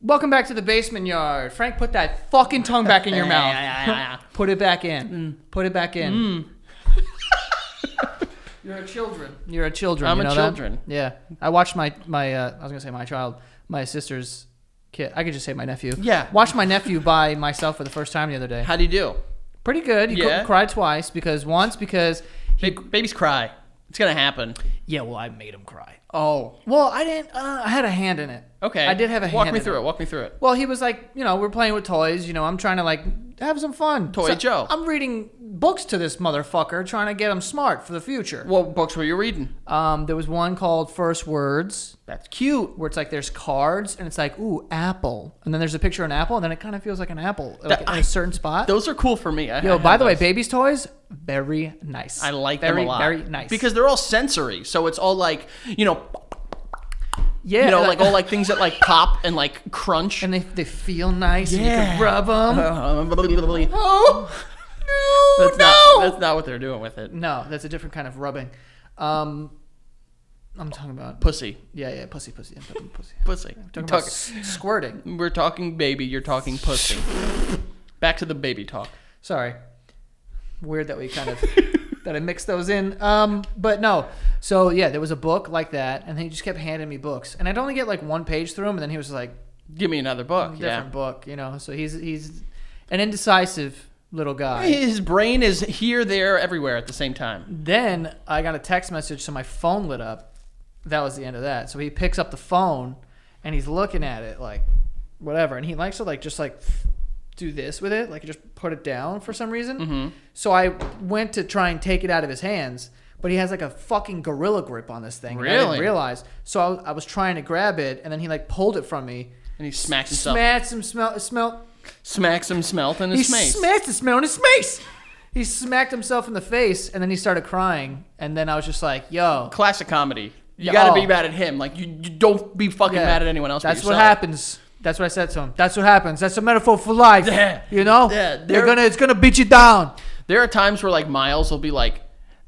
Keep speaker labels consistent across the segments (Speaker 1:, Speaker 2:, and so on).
Speaker 1: Welcome back to the basement yard. Frank, put that fucking tongue back in your mouth. put it back in.
Speaker 2: Mm.
Speaker 1: Put it back in. You're a children. You're a children.
Speaker 2: I'm
Speaker 1: you
Speaker 2: a
Speaker 1: know that?
Speaker 2: children.
Speaker 1: Yeah. I watched my my uh, I was gonna say my child, my sister's kid. I could just say my nephew.
Speaker 2: Yeah.
Speaker 1: Watched my nephew by myself for the first time the other day.
Speaker 2: How do you do?
Speaker 1: Pretty good. He
Speaker 2: Yeah?
Speaker 1: yeah. cried twice because once because he
Speaker 2: Ba- babies cry. It's gonna happen.
Speaker 1: yeah well I made him cry.
Speaker 2: Oh,
Speaker 1: Well I didn't. Uh, I had a hand in it.
Speaker 2: okay.
Speaker 1: I did have a
Speaker 2: walk
Speaker 1: hand
Speaker 2: me
Speaker 1: in
Speaker 2: through it. Walk me through it.
Speaker 1: Well, he was like, you know, we're playing with toys. You know, I'm trying to like have some fun.
Speaker 2: Toy Joe.
Speaker 1: I'm reading books to this motherfucker, trying to get him smart for the future.
Speaker 2: What books were you reading?
Speaker 1: Um, there was one called First Words,
Speaker 2: That's cute.
Speaker 1: where it's like there's cards and it's like, ooh, apple, and then there's a picture of an apple, and then it kind of feels like an apple, like in
Speaker 2: I-
Speaker 1: a certain spot.
Speaker 2: Those are cool for me. I,
Speaker 1: Yo,
Speaker 2: I
Speaker 1: by
Speaker 2: have
Speaker 1: the way,
Speaker 2: those.
Speaker 1: baby's toys, very nice.
Speaker 2: I like
Speaker 1: very,
Speaker 2: them a lot.
Speaker 1: Very nice.
Speaker 2: because they're all sensory. So it's all like you know,
Speaker 1: yeah,
Speaker 2: you know, like all like things that like pop and like crunch.
Speaker 1: and they, they feel nice. and you
Speaker 2: Yeah.
Speaker 1: can rub them.
Speaker 2: that's
Speaker 1: oh no, no.
Speaker 2: not that's not what they're doing with it.
Speaker 1: No, that's a different kind of rubbing. Um, I'm talking about
Speaker 2: Pussy,
Speaker 1: yeah, yeah, pussy, pussy, I'm talking pussy.
Speaker 2: pussy.
Speaker 1: I'm talking
Speaker 2: Talk-
Speaker 1: about s- squirting.
Speaker 2: we're talking baby. You're talking pussy. Back to the baby talk.
Speaker 1: Sorry, weird that we kind of that I mixed those in. Um, but no, so yeah, there was a book like that, and he just kept handing me books, and I'd only get like one page through him, and then he was like
Speaker 2: Give me another book.
Speaker 1: different
Speaker 2: Yeah.
Speaker 1: book, you know. So he's he's an indecisive little guy.
Speaker 2: His brain is here, there, everywhere at the same time.
Speaker 1: Then I got a text message, so my phone lit up. That was the end of that. So he picks up the phone and he's looking at it like whatever, and he likes to like just like do this with it, like just put it down for some reason. So I went to try and take it out of his hands, but he has like a fucking gorilla grip on this thing. and I
Speaker 2: Really?
Speaker 1: didn't realize. So I, I was trying to grab it, and then he like pulled it from me.
Speaker 2: And he smacks himself.
Speaker 1: Smashed some smell smell
Speaker 2: smacks him smelt in
Speaker 1: he
Speaker 2: his face.
Speaker 1: smacked his smell in his face. He smacked himself in the face, and then he started crying. And then I was just like, "Yo,
Speaker 2: Classic comedy. You
Speaker 1: Yeah,
Speaker 2: gotta
Speaker 1: oh.
Speaker 2: be mad at him. Like you, you don't be fucking
Speaker 1: yeah,
Speaker 2: mad at anyone else. but
Speaker 1: That's what
Speaker 2: yourself.
Speaker 1: happens. That's what I said to him. That's what happens. That's a metaphor for life.
Speaker 2: Yeah.
Speaker 1: You know,
Speaker 2: Yeah,
Speaker 1: they're
Speaker 2: they're-
Speaker 1: gonna it's gonna beat you down.
Speaker 2: There are times where like Miles will be like,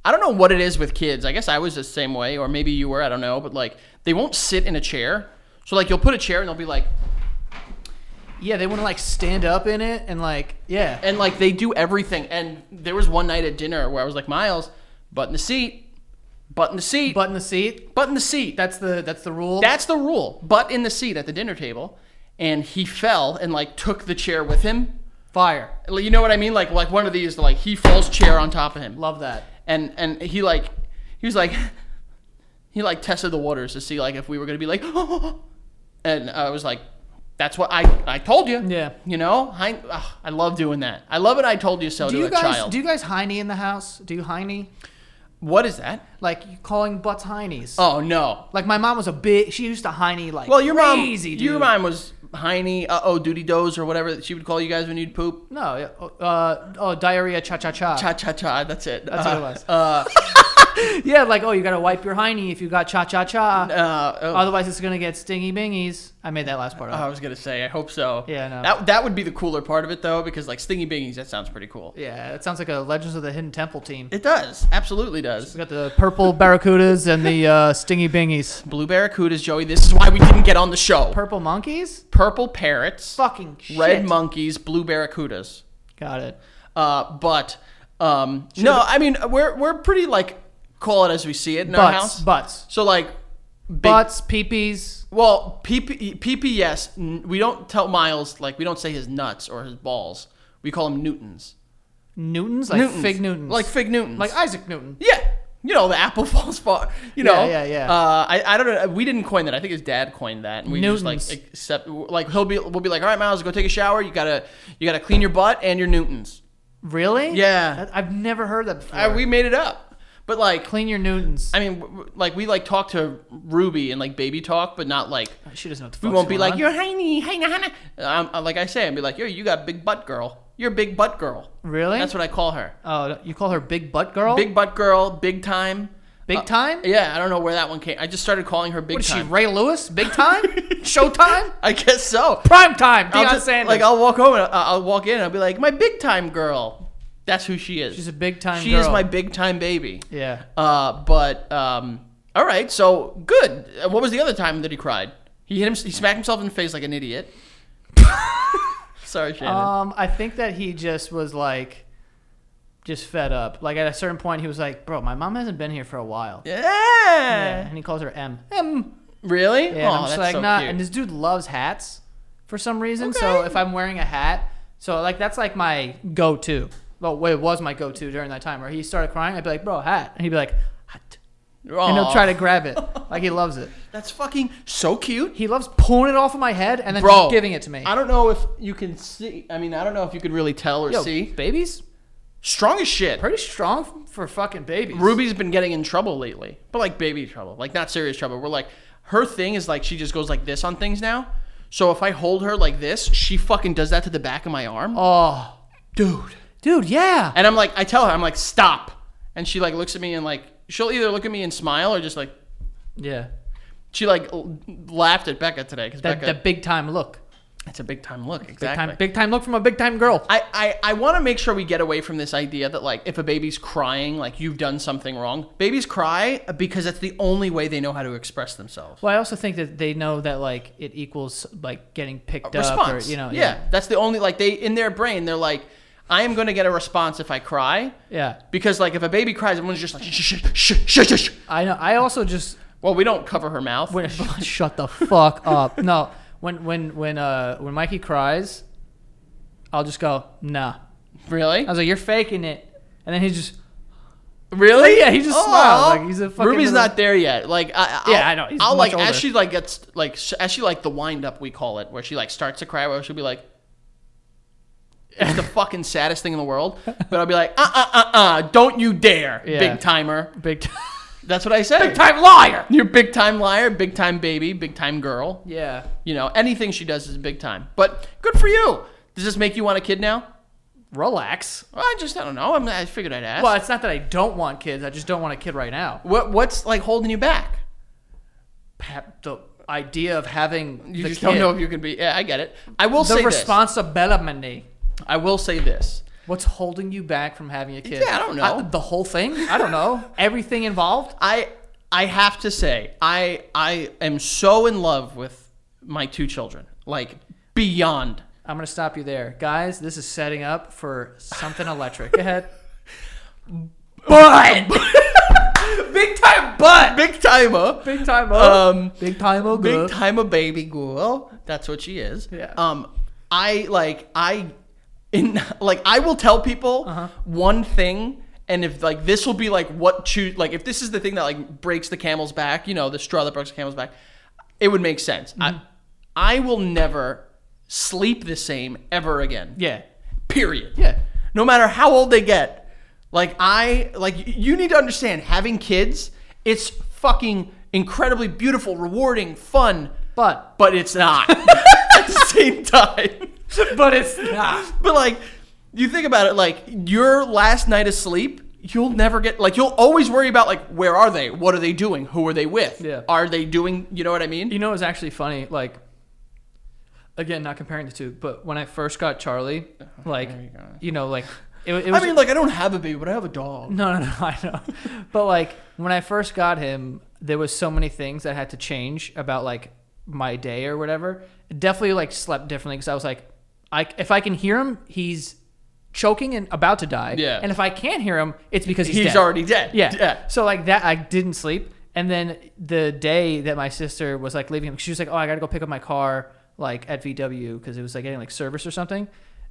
Speaker 2: I don't know what it is with kids. I guess I was the same way, or maybe you were. I don't know, but like they won't sit in a chair. So like you'll put a chair and they'll be like,
Speaker 1: Yeah, they want to like stand up in it and like, yeah,
Speaker 2: and like they do everything. And there was one night at dinner where I was like, Miles, button the seat, button the seat,
Speaker 1: butt in the seat.
Speaker 2: button the seat.
Speaker 1: That's the that's the rule.
Speaker 2: That's the rule. Butt in the seat at the dinner table, and he fell and like took the chair with him.
Speaker 1: Fire.
Speaker 2: Like, You know what I mean? Like like one of these, like he falls chair on top of him.
Speaker 1: Love that.
Speaker 2: and and he like he was like he like tested the waters to see like if we were gonna be like and I was like that's what I I told you
Speaker 1: Yeah.
Speaker 2: you know I ugh, I love doing that I love it I told you so
Speaker 1: Do
Speaker 2: to
Speaker 1: you
Speaker 2: a
Speaker 1: guys
Speaker 2: child
Speaker 1: do you guys hiney in the house? Do you hiney?
Speaker 2: what is that
Speaker 1: Like you calling butts heinies?
Speaker 2: oh no
Speaker 1: Like my mom was a big. She used to hiney like
Speaker 2: well your mom
Speaker 1: crazy, dude.
Speaker 2: your mom was Heiny uh oh duty doze or whatever that she would call you guys when you'd poop
Speaker 1: No, uh, uh, oh, diarrhea, cha cha cha.
Speaker 2: cha cha cha that's it
Speaker 1: That's
Speaker 2: uh,
Speaker 1: what it was. yeah, like oh, you gotta wipe your hiney if you got cha cha cha.
Speaker 2: uh, oh,
Speaker 1: Otherwise, it's gonna get stingy bingies. I made that last part
Speaker 2: I
Speaker 1: up.
Speaker 2: was gonna say I hope so
Speaker 1: Yeah, no.
Speaker 2: that that would be the cooler part of it though because like stingy bingies that sounds pretty cool
Speaker 1: yeah, it sounds like a Legends of the Hidden Temple team.
Speaker 2: it does absolutely does
Speaker 1: We got the purple barracudas and the uh, stingy bingies.
Speaker 2: Blue Barracudas, Joey. This is why we didn't get on the show.
Speaker 1: Purple monkeys?
Speaker 2: Purple parrots,
Speaker 1: Fucking shit.
Speaker 2: red monkeys, blue barracudas.
Speaker 1: Got it.
Speaker 2: Uh, but um, no, I mean we're we're pretty like call it as we see it in our
Speaker 1: Butts,
Speaker 2: house.
Speaker 1: butts,
Speaker 2: So like, big,
Speaker 1: butts, peepees.
Speaker 2: well, PP, PPS. n- We don't tell Miles like we don't say his nuts or his balls. We call him Newtons.
Speaker 1: Newtons, like
Speaker 2: Newtons.
Speaker 1: fig Newtons,
Speaker 2: Like fig Newtons.
Speaker 1: like Isaac Newton.
Speaker 2: yeah. You know the apple falls far. You know,
Speaker 1: Yeah, yeah, yeah.
Speaker 2: Uh, I, I don't know. We didn't coin that. I think his dad coined that, and we just
Speaker 1: Newtons.
Speaker 2: like accept. Like he'll be, we'll be like, all right, Miles, go take a shower. You gotta, you gotta clean your butt and your Newtons.
Speaker 1: Really?
Speaker 2: Yeah.
Speaker 1: That- I've never heard that before.
Speaker 2: I, we made it up, but like,
Speaker 1: Clean your Newtons.
Speaker 2: I mean, w- w- like we like talk to Ruby and like baby talk, but not like
Speaker 1: she doesn't know what the
Speaker 2: we
Speaker 1: fuck's
Speaker 2: won't be
Speaker 1: going
Speaker 2: like
Speaker 1: on.
Speaker 2: you're hiney, hiney, hiney. I'm, I'm- Um, uh, like I say, I'd be like, yo, you got big butt girl. You're a big butt girl.
Speaker 1: Really?
Speaker 2: That's what I call her.
Speaker 1: Oh, you call her Big Butt Girl?
Speaker 2: Big butt girl, big time.
Speaker 1: Big time?
Speaker 2: Yeah, I don't know where that one came. I just started calling her big
Speaker 1: what is she,
Speaker 2: time.
Speaker 1: Ray Lewis? Big time? Showtime?
Speaker 2: I guess so.
Speaker 1: Prime time,
Speaker 2: I'll
Speaker 1: Deion
Speaker 2: just-
Speaker 1: Sanders.
Speaker 2: Like I'll walk home and I'll, I'll walk in and I'll be like, my big time girl. That's who she is.
Speaker 1: She's a big time
Speaker 2: She
Speaker 1: girl.
Speaker 2: is my big time baby.
Speaker 1: Yeah.
Speaker 2: Uh, but um, all right, so good. Uh, What was the other time that he cried? He hit him. He smacked himself in the face like an idiot. Sorry, Shannon.
Speaker 1: Um, I think that he just was like, just fed up. Like at a certain point, he was like, "Bro, my mom hasn't been here for a while."
Speaker 2: yeah.
Speaker 1: Yeah, and he calls her M. M.
Speaker 2: Um, Really?
Speaker 1: Yeah, and
Speaker 2: oh,
Speaker 1: I'm
Speaker 2: that's
Speaker 1: just like,
Speaker 2: so
Speaker 1: nah.
Speaker 2: cute.
Speaker 1: And this dude loves hats for some reason. So
Speaker 2: Okay.
Speaker 1: if I'm wearing a hat, so like that's like my go-to. Well, it was my go-to during that time where he started crying. I'd be like, "Bro, hat," and he'd be like, "Hat," and he'll
Speaker 2: Aw,
Speaker 1: try to grab it. Like he loves it.
Speaker 2: That's fucking so cute.
Speaker 1: He loves pulling it off of my head and then
Speaker 2: Bro,
Speaker 1: just giving it to me.
Speaker 2: I don't know if you can see. I mean, I don't know if you could really tell or
Speaker 1: Yo,
Speaker 2: see.
Speaker 1: babies
Speaker 2: Strong as shit.
Speaker 1: pretty strong f- for fucking babies.
Speaker 2: Ruby's been getting in trouble lately, but like baby trouble, like not serious trouble. We're like, her thing is like she just goes like this on things now. So if I hold her like this, she fucking does that to the back of my arm,
Speaker 1: Oh,
Speaker 2: dude.
Speaker 1: dude, yeah.
Speaker 2: And I'm like, I tell her, I'm like, stop. And she like looks at me and like, she'll either look at me and smile or just like,
Speaker 1: Yeah.
Speaker 2: she like l- laughed at Becca today because
Speaker 1: That,
Speaker 2: Becca,
Speaker 1: that big time look.
Speaker 2: it's a big time look,
Speaker 1: Big
Speaker 2: exactly.
Speaker 1: time big time look from a big time girl.
Speaker 2: I, I, I want to make sure we get away from this idea that like if a baby's crying like you've done something wrong babies cry because that's the only way they know how to express themselves
Speaker 1: Well, I also think that they know that like it equals like getting picked up or
Speaker 2: response
Speaker 1: you know
Speaker 2: yeah, that's the only like they in their brain they're like i am going to get a response if i cry
Speaker 1: yeah.
Speaker 2: because like if a baby cries everyone's just like shh shh shh shh shh shh
Speaker 1: I know. I also just
Speaker 2: well we don't cover her mouth
Speaker 1: when shut the fuck up. No, when when when uh when Mikey cries, I'll just go nah.
Speaker 2: really
Speaker 1: I was like, you're faking it, and then he just
Speaker 2: really
Speaker 1: Yeah, he just smiled, like, he's a fucking
Speaker 2: ruby's
Speaker 1: little-
Speaker 2: not there yet like I, I'll,
Speaker 1: Yeah, I know, he's
Speaker 2: i'll
Speaker 1: much
Speaker 2: like as
Speaker 1: older.
Speaker 2: she like gets like s- as she like the wind up we call it where she like starts to cry where she'll be like It's the fucking saddest thing in the world. But I'll be like, uh uh uh uh, don't you dare,
Speaker 1: Yeah.
Speaker 2: big timer.
Speaker 1: big time,
Speaker 2: That's what I say.
Speaker 1: big time liar.
Speaker 2: You're big time liar, big time baby, big time girl.
Speaker 1: Yeah.
Speaker 2: You know, anything she does is big time. But good for you. Does this make you want a kid now?
Speaker 1: Relax.
Speaker 2: Well, I just I don't know. I'm, I figured I'd ask.
Speaker 1: Well, it's not that I don't want kids. I just don't want a kid right now.
Speaker 2: What what's like holding you back?
Speaker 1: Ha- The idea of having
Speaker 2: You
Speaker 1: the
Speaker 2: just
Speaker 1: kid,
Speaker 2: don't know if you can be. Yeah, I get it. I will
Speaker 1: the
Speaker 2: say
Speaker 1: responsibility.
Speaker 2: this. I will say this.
Speaker 1: What's holding you back from having a kid?
Speaker 2: Yeah, I don't know.
Speaker 1: the whole thing? I don't know. Everything involved?
Speaker 2: I I have to say I I am so in love with my two children. Like beyond.
Speaker 1: I'm going to stop you there. Guys, this is setting up for something electric. Go ahead.
Speaker 2: But
Speaker 1: Big time butt.
Speaker 2: big timer.
Speaker 1: Big time
Speaker 2: Um,
Speaker 1: Big time oh
Speaker 2: big time a baby girl. That's what she is.
Speaker 1: Yeah.
Speaker 2: Um, I like I, in like I will tell people one thing, and if like this will be like what choose like if this is the thing that like breaks the camel's back, you know, the straw that breaks the camel's back, it would make sense. I I will never sleep the same ever again.
Speaker 1: Yeah.
Speaker 2: Period.
Speaker 1: Yeah.
Speaker 2: No matter how old they get. Like I like y- you need to understand having kids, it's fucking incredibly beautiful, rewarding, fun,
Speaker 1: But
Speaker 2: but it's not at the same time.
Speaker 1: but it's not.
Speaker 2: But like you think about it like your last night of sleep, you'll never get like you'll always worry about like where are they? What are they doing? Who are they with?
Speaker 1: Yeah.
Speaker 2: Are they doing, you know what I mean?
Speaker 1: You know it's actually funny like again, not comparing the two, but when I first got Charlie, like
Speaker 2: Uh-huh. there you
Speaker 1: you,
Speaker 2: go.
Speaker 1: know, like it, it was
Speaker 2: I mean like I don't have a baby, but I have a dog.
Speaker 1: No, no, no, I know. but like when I first got him, there was so many things that had to change about like my day or whatever. Definitely like slept differently because I was like, I if I can hear him, he's choking and about to die.
Speaker 2: Yeah.
Speaker 1: And if I can't hear him, it's because he's,
Speaker 2: He's
Speaker 1: dead.
Speaker 2: already dead.
Speaker 1: Yeah.
Speaker 2: Yeah.
Speaker 1: uh, So like that, I didn't sleep. And then the day that my sister was like leaving him, she was like, "Oh, I gotta go pick up my car like at VW because it was like getting like service or something."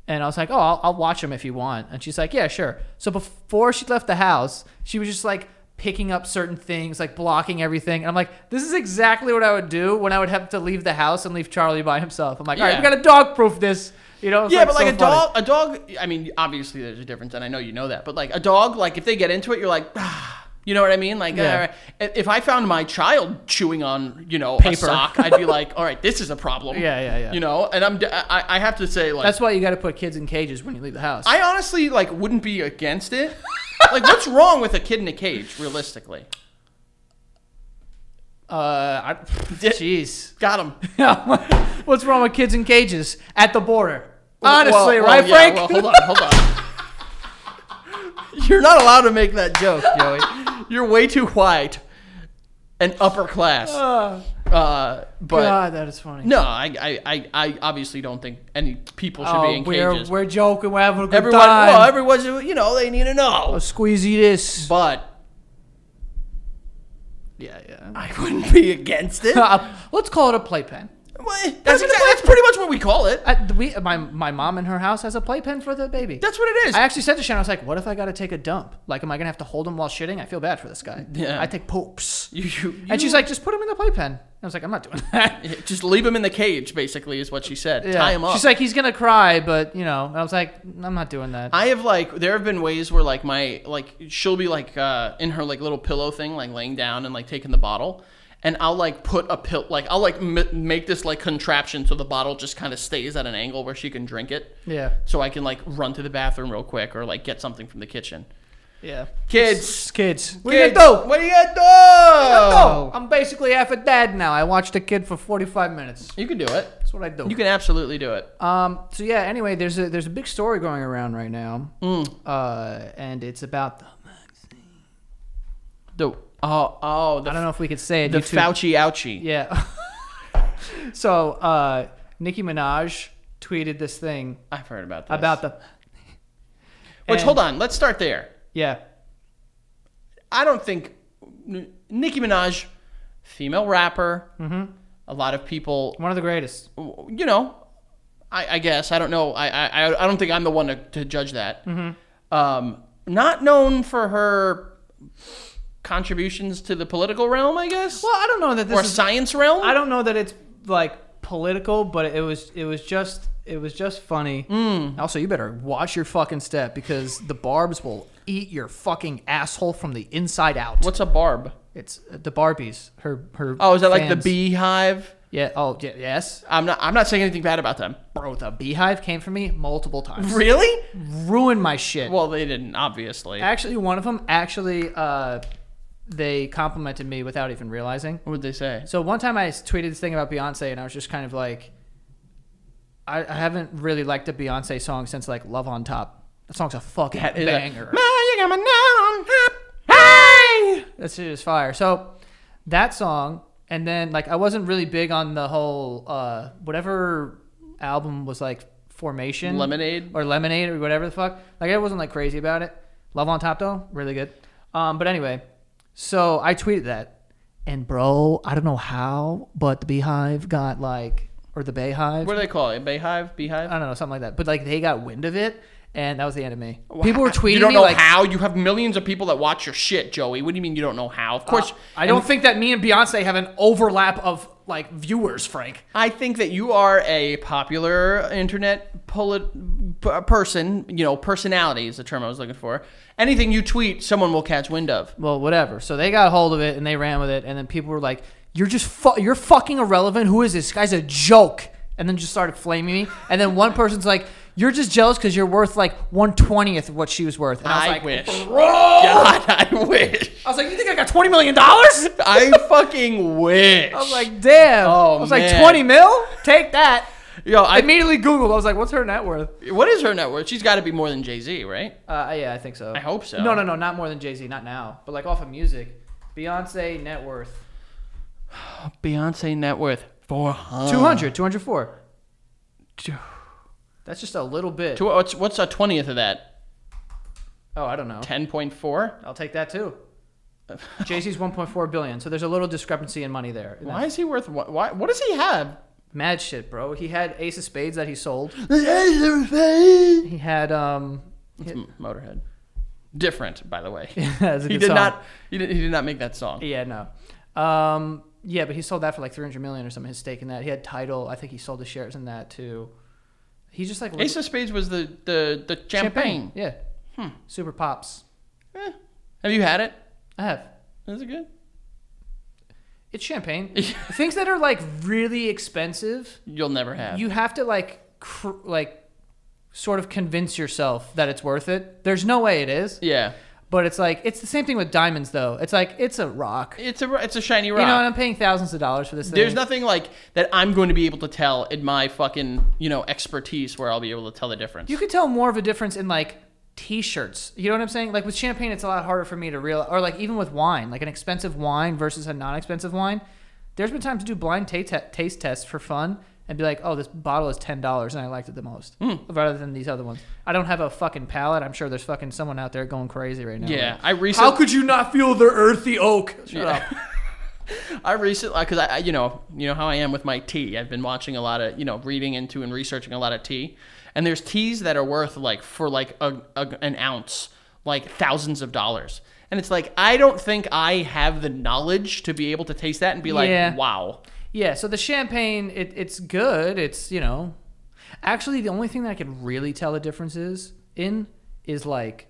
Speaker 1: And I was like, "Oh, I'll, I'll watch him if you want." And she's like, "Yeah, sure." So before she left the house, she was just like picking up certain things, like blocking everything. And I'm like, "This is exactly what I would do when I would have to leave the house and leave Charlie by himself." I'm like, "All right,
Speaker 2: Yeah.
Speaker 1: we gotta dog proof this." You know? It's,
Speaker 2: Yeah, but like
Speaker 1: so
Speaker 2: a
Speaker 1: funny.
Speaker 2: dog, a dog. I mean, obviously there's a difference, and I know you know that. But like a dog, like if they get into it, you're like, ah, you know what I mean? Like,
Speaker 1: Yeah.
Speaker 2: all right. If- if I found my child chewing on, you know, a
Speaker 1: Paper.
Speaker 2: sock, I'd be like, all right, this is a problem.
Speaker 1: Yeah, yeah, yeah.
Speaker 2: You know, and I'm, d- I, I have to say, like,
Speaker 1: That's why you gotta put kids in cages when you leave the house.
Speaker 2: I honestly like wouldn't be against it. like, what's wrong with a kid in a cage, realistically?
Speaker 1: uh, I, jeez.
Speaker 2: Got him.
Speaker 1: What's wrong with kids in cages at the border? Honestly, right, Frank?
Speaker 2: Well, hold on, hold on. You're not allowed to make that joke, Joey. You're way too white. and upper class.
Speaker 1: Oh,
Speaker 2: Uh, but
Speaker 1: God, that is funny.
Speaker 2: no, I, I, I, I obviously don't think any people should
Speaker 1: oh,
Speaker 2: be in
Speaker 1: we're,
Speaker 2: cages.
Speaker 1: we're joking. We're having a good
Speaker 2: everyone,
Speaker 1: time.
Speaker 2: well, everyone's, you know, they need to
Speaker 1: I'll
Speaker 2: know.
Speaker 1: squeezy this.
Speaker 2: But
Speaker 1: Yeah, yeah.
Speaker 2: I wouldn't be against it. What?
Speaker 1: Let's call it a playpen.
Speaker 2: that's, exact- that's pretty much what we call it.
Speaker 1: I, we, my, my mom in her house has a playpen for the baby.
Speaker 2: That's what it is.
Speaker 1: I actually said to Shannon, I was like, what if I got to take a dump? Like, am I going to have to hold him while shitting? I feel bad for this guy.
Speaker 2: Yeah.
Speaker 1: I take poops.
Speaker 2: you, you,
Speaker 1: And
Speaker 2: you-
Speaker 1: she's like, just put him in the playpen. I was like, I'm not doing that.
Speaker 2: just leave him in the cage, basically, is what she said. Tie him up.
Speaker 1: She's like, he's going to cry, but, you know, and I was like, I'm not doing that.
Speaker 2: I have like there have been ways where like my like she'll be like uh in her like little pillow thing like laying down and like taking the bottle and I'll like put a pill like I'll like m- make this like contraption so the bottle just kind of stays at an angle where she can drink it
Speaker 1: yeah.
Speaker 2: so I can like run to the bathroom real quick or like get something from the kitchen.
Speaker 1: Yeah.
Speaker 2: Kids,
Speaker 1: It's kids. What
Speaker 2: kids,
Speaker 1: do you do?
Speaker 2: What are you gonna do?
Speaker 1: No, I'm basically half a dad now. I watched a kid for 45 minutes.
Speaker 2: You can do it.
Speaker 1: That's what I do.
Speaker 2: You can absolutely do it.
Speaker 1: Um, so yeah. Anyway, there's a there's a big story going around right now, uh, and it's about the,
Speaker 2: The oh oh
Speaker 1: I
Speaker 2: the,
Speaker 1: don't know if we could say it.
Speaker 2: the
Speaker 1: you two-
Speaker 2: Fauci ouchie.
Speaker 1: Yeah. so uh, Nicki Minaj tweeted this thing
Speaker 2: I've heard about this.
Speaker 1: about the and-
Speaker 2: which hold on, let's start there.
Speaker 1: yeah
Speaker 2: I don't think N- Nicki Minaj, female rapper,
Speaker 1: Mm-hmm.
Speaker 2: a lot of people,
Speaker 1: one of the greatest.
Speaker 2: you know, I, I guess I don't know. I, I I don't think I'm the one to, to judge that.
Speaker 1: Mm-hmm.
Speaker 2: Um, not known for her contributions to the political realm, I guess,
Speaker 1: Well, I don't know that this
Speaker 2: or
Speaker 1: is.
Speaker 2: science realm.
Speaker 1: I don't know that it's like political, but it was it was just it was just funny. Mm. Also, you better watch your fucking step because the barbs will eat your fucking asshole from the inside out.
Speaker 2: What's a barb?
Speaker 1: It's uh, the Barbies. Her her.
Speaker 2: Oh, is that like the
Speaker 1: fans.
Speaker 2: beehive?
Speaker 1: Yeah. Oh, yeah, yes.
Speaker 2: I'm not. I'm not saying anything bad about them.
Speaker 1: Bro, the beehive came for me multiple times.
Speaker 2: Really?
Speaker 1: Ruined my shit.
Speaker 2: Well, they didn't, obviously.
Speaker 1: Actually, one of them actually, uh, they complimented me without even realizing.
Speaker 2: What would they say?
Speaker 1: So one time I tweeted this thing about Beyonce, and I was just kind of like, I, I haven't really liked a Beyonce song since like Love on Top. That song's a fucking
Speaker 2: That is a-
Speaker 1: banger.
Speaker 2: Ma, you got my nut on top. Hey!
Speaker 1: That shit is fire. So that song, and then like I wasn't really big on the whole uh, whatever album was like Formation,
Speaker 2: Lemonade?
Speaker 1: or Lemonade or whatever the fuck. Like I wasn't like crazy about it. Love on Top though, really good. Um, but anyway, so I tweeted that, and bro, I don't know how, but the Beehive got like or the Bayhive,
Speaker 2: What do they call it? Bayhive? Beehive?
Speaker 1: I don't know, something like that. But like they got wind of it, and that was the end of me. People were tweeting
Speaker 2: You don't
Speaker 1: me
Speaker 2: know
Speaker 1: like.
Speaker 2: how? You have millions of people that watch your shit, Joey. What do you mean you don't know how? Of course.
Speaker 1: I don't think that me and Beyonce have an overlap of like viewers, Frank.
Speaker 2: I think that you are a popular internet polit- p- person. You know, personality is the term I was looking for. Anything you tweet, someone will catch wind of.
Speaker 1: Well, whatever. So they got hold of it and they ran with it, and then people were like, "You're just fu- you're fucking irrelevant. Who is this? this guy's a joke." And then just started flaming me. And then one person's like, "You're just jealous because you're worth like one twentieth of what she was worth." And I was
Speaker 2: I
Speaker 1: like, "Oh."
Speaker 2: wish.
Speaker 1: "Bro!"
Speaker 2: God, I wish.
Speaker 1: I was like, "You think I got twenty million dollars?"
Speaker 2: I fucking wish.
Speaker 1: I was like, "Damn!"
Speaker 2: Oh,
Speaker 1: I was like,
Speaker 2: man.
Speaker 1: twenty mil? Take that."
Speaker 2: yo, I
Speaker 1: I immediately Googled. I was like, "What's her net worth?"
Speaker 2: what is her net worth? She's got to be more than Jay Z, right?
Speaker 1: Uh, yeah, I think so.
Speaker 2: I hope so.
Speaker 1: No, no, no, not more than Jay Z, not now, but like off of music. Beyonce net worth
Speaker 2: Beyonce net worth four hundred.
Speaker 1: 200, 204. That's just a little bit.
Speaker 2: Tw- What's what's a twentieth of that?
Speaker 1: Oh, I don't know.
Speaker 2: Ten point four.
Speaker 1: I'll take that too. Jay Z's 1.4 billion, so there's a little discrepancy in money there. And
Speaker 2: Why is he worth? Why? why what does he have?
Speaker 1: that's Mad shit, bro. He had Ace of Spades that he sold.
Speaker 2: It's
Speaker 1: He had um.
Speaker 2: M- Motorhead. Different, by the way.
Speaker 1: that's a
Speaker 2: He
Speaker 1: good
Speaker 2: did
Speaker 1: song.
Speaker 2: not. He did, he did not make that song.
Speaker 1: Yeah, no. Um, yeah, but he sold that for like 300 million or something. His stake in that. He had title. I think he sold his shares in that too. He's just like
Speaker 2: Ace of Spades was the the the champagne. Hmm.
Speaker 1: Yeah. Super pops.
Speaker 2: Eh. Have you had it?
Speaker 1: I have.
Speaker 2: Is it good?
Speaker 1: It's champagne. Things that are like really expensive,
Speaker 2: You'll never have.
Speaker 1: you have to like cr- like sort of convince yourself that it's worth it. There's no way it is,
Speaker 2: yeah.
Speaker 1: but it's like it's the same thing with diamonds though. It's like it's a rock.
Speaker 2: It's a it's a shiny rock.
Speaker 1: You know, and I'm paying thousands of dollars for this thing.
Speaker 2: There's nothing like that I'm going to be able to tell in my fucking you know expertise where I'll be able to tell the difference.
Speaker 1: You could tell more of a difference in like t-shirts. You know what I'm saying? Like with champagne, it's a lot harder for me to real, or like even with wine, like an expensive wine versus a non-expensive wine. There's been times to do blind ta- ta- taste tests for fun and be like, oh, this bottle is ten dollars and I liked it the most,
Speaker 2: Hmm.
Speaker 1: rather than these other ones. I don't have a fucking palate. I'm sure there's fucking someone out there going crazy right now.
Speaker 2: Yeah,
Speaker 1: Like,
Speaker 2: I recently.
Speaker 1: How could you not feel the earthy oak? Shut up.
Speaker 2: I recently, because I, I, you know, you know how I am with my tea. I've been watching a lot of, you know, reading into and researching a lot of tea, and there's teas that are worth like for like a, a an ounce, like thousands of dollars, and it's like I don't think I have the knowledge to be able to taste that and be like,
Speaker 1: Yeah.
Speaker 2: wow.
Speaker 1: Yeah, so the champagne, it, it's good. It's, you know, actually, the only thing that I can really tell the difference is in is like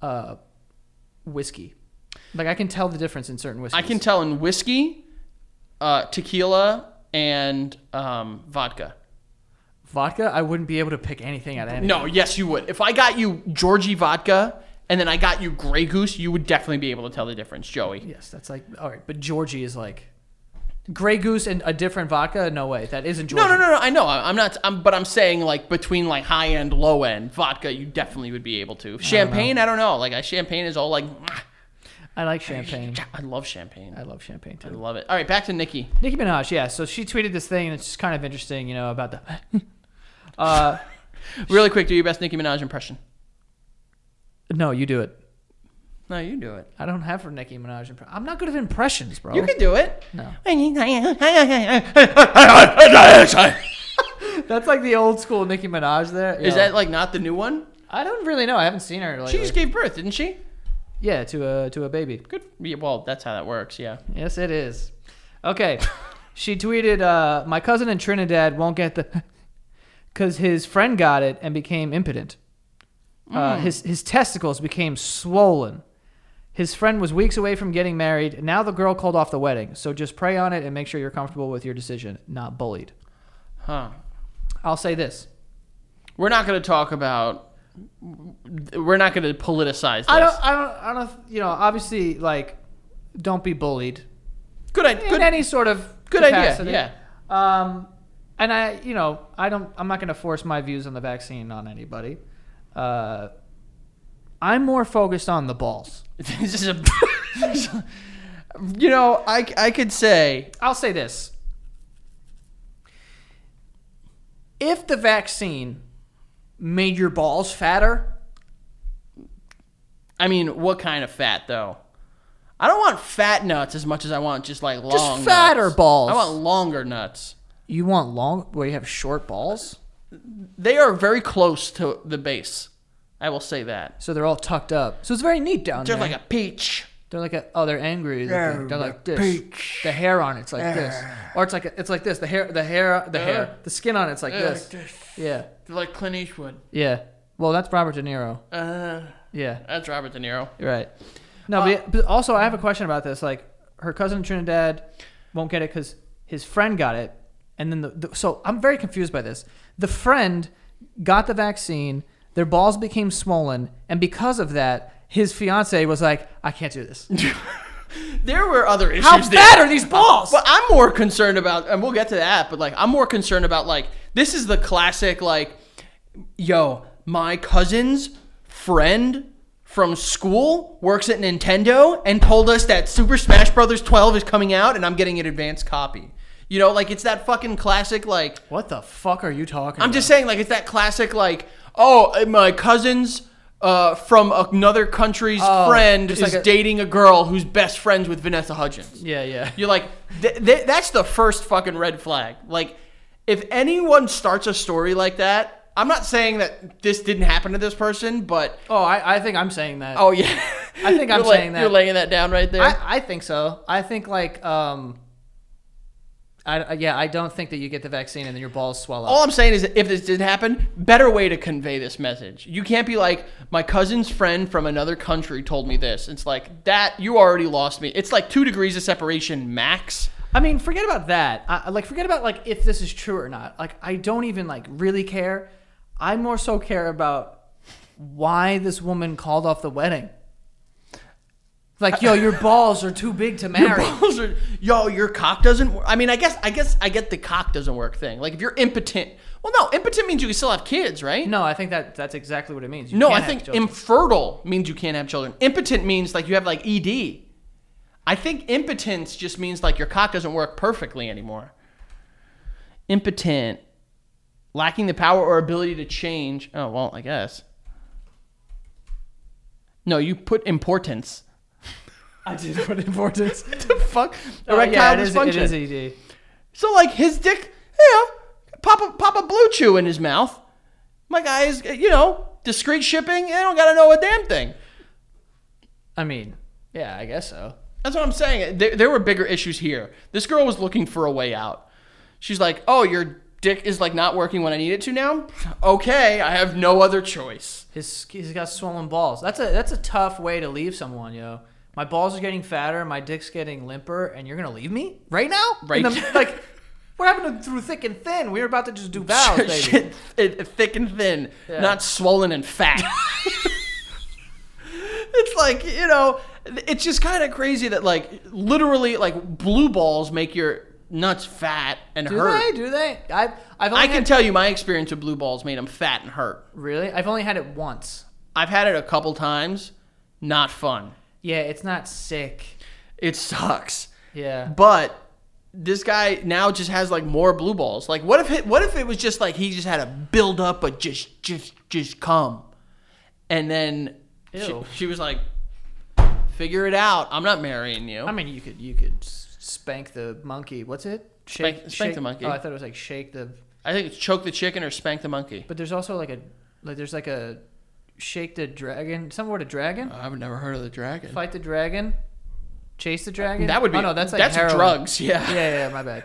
Speaker 1: uh, whiskey. Like, I can tell the difference in certain whiskeys.
Speaker 2: I can tell in whiskey, uh, tequila, and um, vodka.
Speaker 1: Vodka, I wouldn't be able to pick anything out of any.
Speaker 2: No, yes, you would. If I got you Georgie vodka and then I got you Grey Goose, you would definitely be able to tell the difference, Joey.
Speaker 1: Yes, that's like, all right, but Georgie is like Grey Goose and a different vodka? No way. That isn't Georgie.
Speaker 2: No, no, no, no. I know. I- I'm not. I'm, but I'm saying like between like high end, low end vodka, you definitely would be able to. Champagne, I don't know. Like I, champagne is all like.
Speaker 1: I like champagne.
Speaker 2: I love champagne.
Speaker 1: I love champagne too.
Speaker 2: I love it. All right, back to Nikki.
Speaker 1: Nicki Minaj, yeah. So she tweeted this thing, and it's just kind of interesting, you know, about the. uh,
Speaker 2: Really quick, do your best Nicki Minaj impression.
Speaker 1: no, you do it.
Speaker 2: No, you do it.
Speaker 1: I don't have for Nicki Minaj. Imp- I'm not good at impressions, bro.
Speaker 2: You can do it.
Speaker 1: No. That's like the old school Nicki Minaj. There
Speaker 2: Is
Speaker 1: Yo,
Speaker 2: that like not the new one?
Speaker 1: I don't really know. I haven't seen her.
Speaker 2: She
Speaker 1: Lately.
Speaker 2: just gave birth, didn't she?
Speaker 1: yeah, to a to a baby.
Speaker 2: Good. Yeah, well, that's how that works. Yeah.
Speaker 1: Yes, it is. Okay, she tweeted, uh, "My cousin in Trinidad won't get the, because his friend got it and became impotent. Uh, his his testicles became swollen. His friend was weeks away from getting married. Now the girl called off the wedding. So just pray on it and make sure you're comfortable with your decision, not bullied."
Speaker 2: Huh.
Speaker 1: I'll say this.
Speaker 2: We're not going to talk about. We're not going to politicize this.
Speaker 1: I don't, I don't, I don't, you know, obviously, like, don't be bullied
Speaker 2: Good idea.
Speaker 1: in
Speaker 2: Good,
Speaker 1: any sort of
Speaker 2: good idea.
Speaker 1: capacity.
Speaker 2: Yeah.
Speaker 1: Um, and I, you know, I don't, I'm not going to force my views on the vaccine on anybody. Uh, I'm more focused on the balls.
Speaker 2: this is a. you know, I, I could say
Speaker 1: I'll say this. If the vaccine made your balls fatter,
Speaker 2: I mean, what kind of fat though? I don't want fat nuts as much as I want just like long.
Speaker 1: fatter
Speaker 2: nuts.
Speaker 1: balls.
Speaker 2: I want longer nuts.
Speaker 1: you want long, where you have short balls?
Speaker 2: They are very close to the base. I will say that.
Speaker 1: So they're all tucked up. So it's very neat down
Speaker 2: They're
Speaker 1: there.
Speaker 2: like a peach.
Speaker 1: They're like a, oh, they're angry. They're, they're like this. The hair on it's like this,
Speaker 2: Ah.
Speaker 1: or it's like it's like this. The hair, the hair, the hair, the skin on it's
Speaker 2: Ah.
Speaker 1: like this. Yeah,
Speaker 2: They're like Clint Eastwood.
Speaker 1: yeah. Well, that's Robert De Niro.
Speaker 2: Uh,
Speaker 1: Yeah,
Speaker 2: that's Robert De Niro.
Speaker 1: you're right. No,
Speaker 2: Uh,
Speaker 1: but, but also I have a question about this. Like, her cousin in Trinidad won't get it because his friend got it, and then the, the so I'm very confused by this. The friend got the vaccine. Their balls became swollen, and because of that, his fiance was like, "I can't do this."
Speaker 2: There were other issues.
Speaker 1: How
Speaker 2: there.
Speaker 1: bad are these balls?
Speaker 2: But I'm more concerned about, and we'll get to that. But like, I'm more concerned about like this is the classic like, yo, my cousin's friend from school works at Nintendo and told us that Super Smash Brothers 12 is coming out, and I'm getting an advanced copy. You know, like it's that fucking classic like.
Speaker 1: What the fuck are you talking?
Speaker 2: I'm just saying, like, it's that classic, like, oh, my cousin's uh, from another country's friend is
Speaker 1: Oh, just like a-
Speaker 2: dating a girl who's best friends with Vanessa Hudgens.
Speaker 1: Yeah, yeah.
Speaker 2: You're like, th- th- that's the first fucking red flag. Like, if anyone starts a story like that, I'm not saying that this didn't happen to this person, but
Speaker 1: Oh, I, I think I'm saying that.
Speaker 2: oh yeah,
Speaker 1: I think I'm
Speaker 2: You're lay-
Speaker 1: saying that.
Speaker 2: you're laying that down right there.
Speaker 1: I, I think so. I think like um, I I- yeah, I don't think that you get the vaccine and then your balls swell up.
Speaker 2: All I'm saying is, that if this did happen, better way to convey this message. You can't be like, my cousin's friend from another country told me this. It's like that. You already lost me. It's like two degrees of separation max.
Speaker 1: I mean, forget about that. I, I- like, forget about like if this is true or not. Like, I don't even like really care. I more so care about why this woman called off the wedding. Like, yo, your balls are too big to marry.
Speaker 2: Your balls are- yo, your cock doesn't. Work. I mean, I guess, I guess, I get the cock doesn't work thing. Like if you're impotent, well, no, impotent means you can still have kids, right?
Speaker 1: no, I think that that's exactly what it means. You
Speaker 2: No,
Speaker 1: can't
Speaker 2: I
Speaker 1: have
Speaker 2: think
Speaker 1: children.
Speaker 2: infertile means you can't have children. Impotent means like you have like ED. I think impotence just means like your cock doesn't work perfectly anymore. Impotent, lacking the power or ability to change. Oh well, I guess. No, you put importance.
Speaker 1: I did put importance.
Speaker 2: the fuck?
Speaker 1: Oh,
Speaker 2: Erectile
Speaker 1: yeah, it is,
Speaker 2: dysfunction.
Speaker 1: it is E ED.
Speaker 2: So like his dick, yeah, pop a pop a blue chew in his mouth. My guy is, you know, discreet shipping. I don't gotta know a damn thing.
Speaker 1: I mean, yeah, I guess so.
Speaker 2: That's what I'm saying. There, there were bigger issues here. This girl was looking for a way out. She's like, "Oh, your dick is like not working when I need it to now. Okay, I have no other choice."
Speaker 1: His he's got swollen balls. That's a that's a tough way to leave someone, yo. My balls are getting fatter, my dick's getting limper, and you're gonna leave me right now? In
Speaker 2: Right.
Speaker 1: the- like, what happened to through thick and thin? We were about to just do vows, Oh, baby.
Speaker 2: Shit, it, thick and thin,
Speaker 1: Yeah.
Speaker 2: not swollen and fat. it's like you know, it's just kind of crazy that like literally like blue balls make your nuts fat and
Speaker 1: Do
Speaker 2: hurt.
Speaker 1: they? Do they? I've I've only
Speaker 2: I can
Speaker 1: had,
Speaker 2: tell you my experience with blue balls made them fat and hurt.
Speaker 1: really I've only had it once.
Speaker 2: I've had it a couple times. Not fun.
Speaker 1: Yeah, it's not sick.
Speaker 2: It sucks.
Speaker 1: Yeah.
Speaker 2: But this guy now just has like more blue balls. Like what if it, what if it was just like he just had a build up of just just just come, and then she,
Speaker 1: Ew.
Speaker 2: she was like, figure it out. I'm not marrying you.
Speaker 1: I mean, you could you could s- spank the monkey. What's it? Shake,
Speaker 2: Spank- spank the
Speaker 1: shake-
Speaker 2: monkey.
Speaker 1: Oh, I thought it was like shake the.
Speaker 2: I think it's choke the chicken or spank the monkey.
Speaker 1: But there's also like a like there's like a shake the dragon. Some word a dragon.
Speaker 2: I've never heard of the dragon.
Speaker 1: Fight the dragon. Chase the dragon.
Speaker 2: That would be
Speaker 1: Oh no, that's like
Speaker 2: that's
Speaker 1: heroin.
Speaker 2: drugs. Yeah.
Speaker 1: Yeah, yeah, yeah, my bad.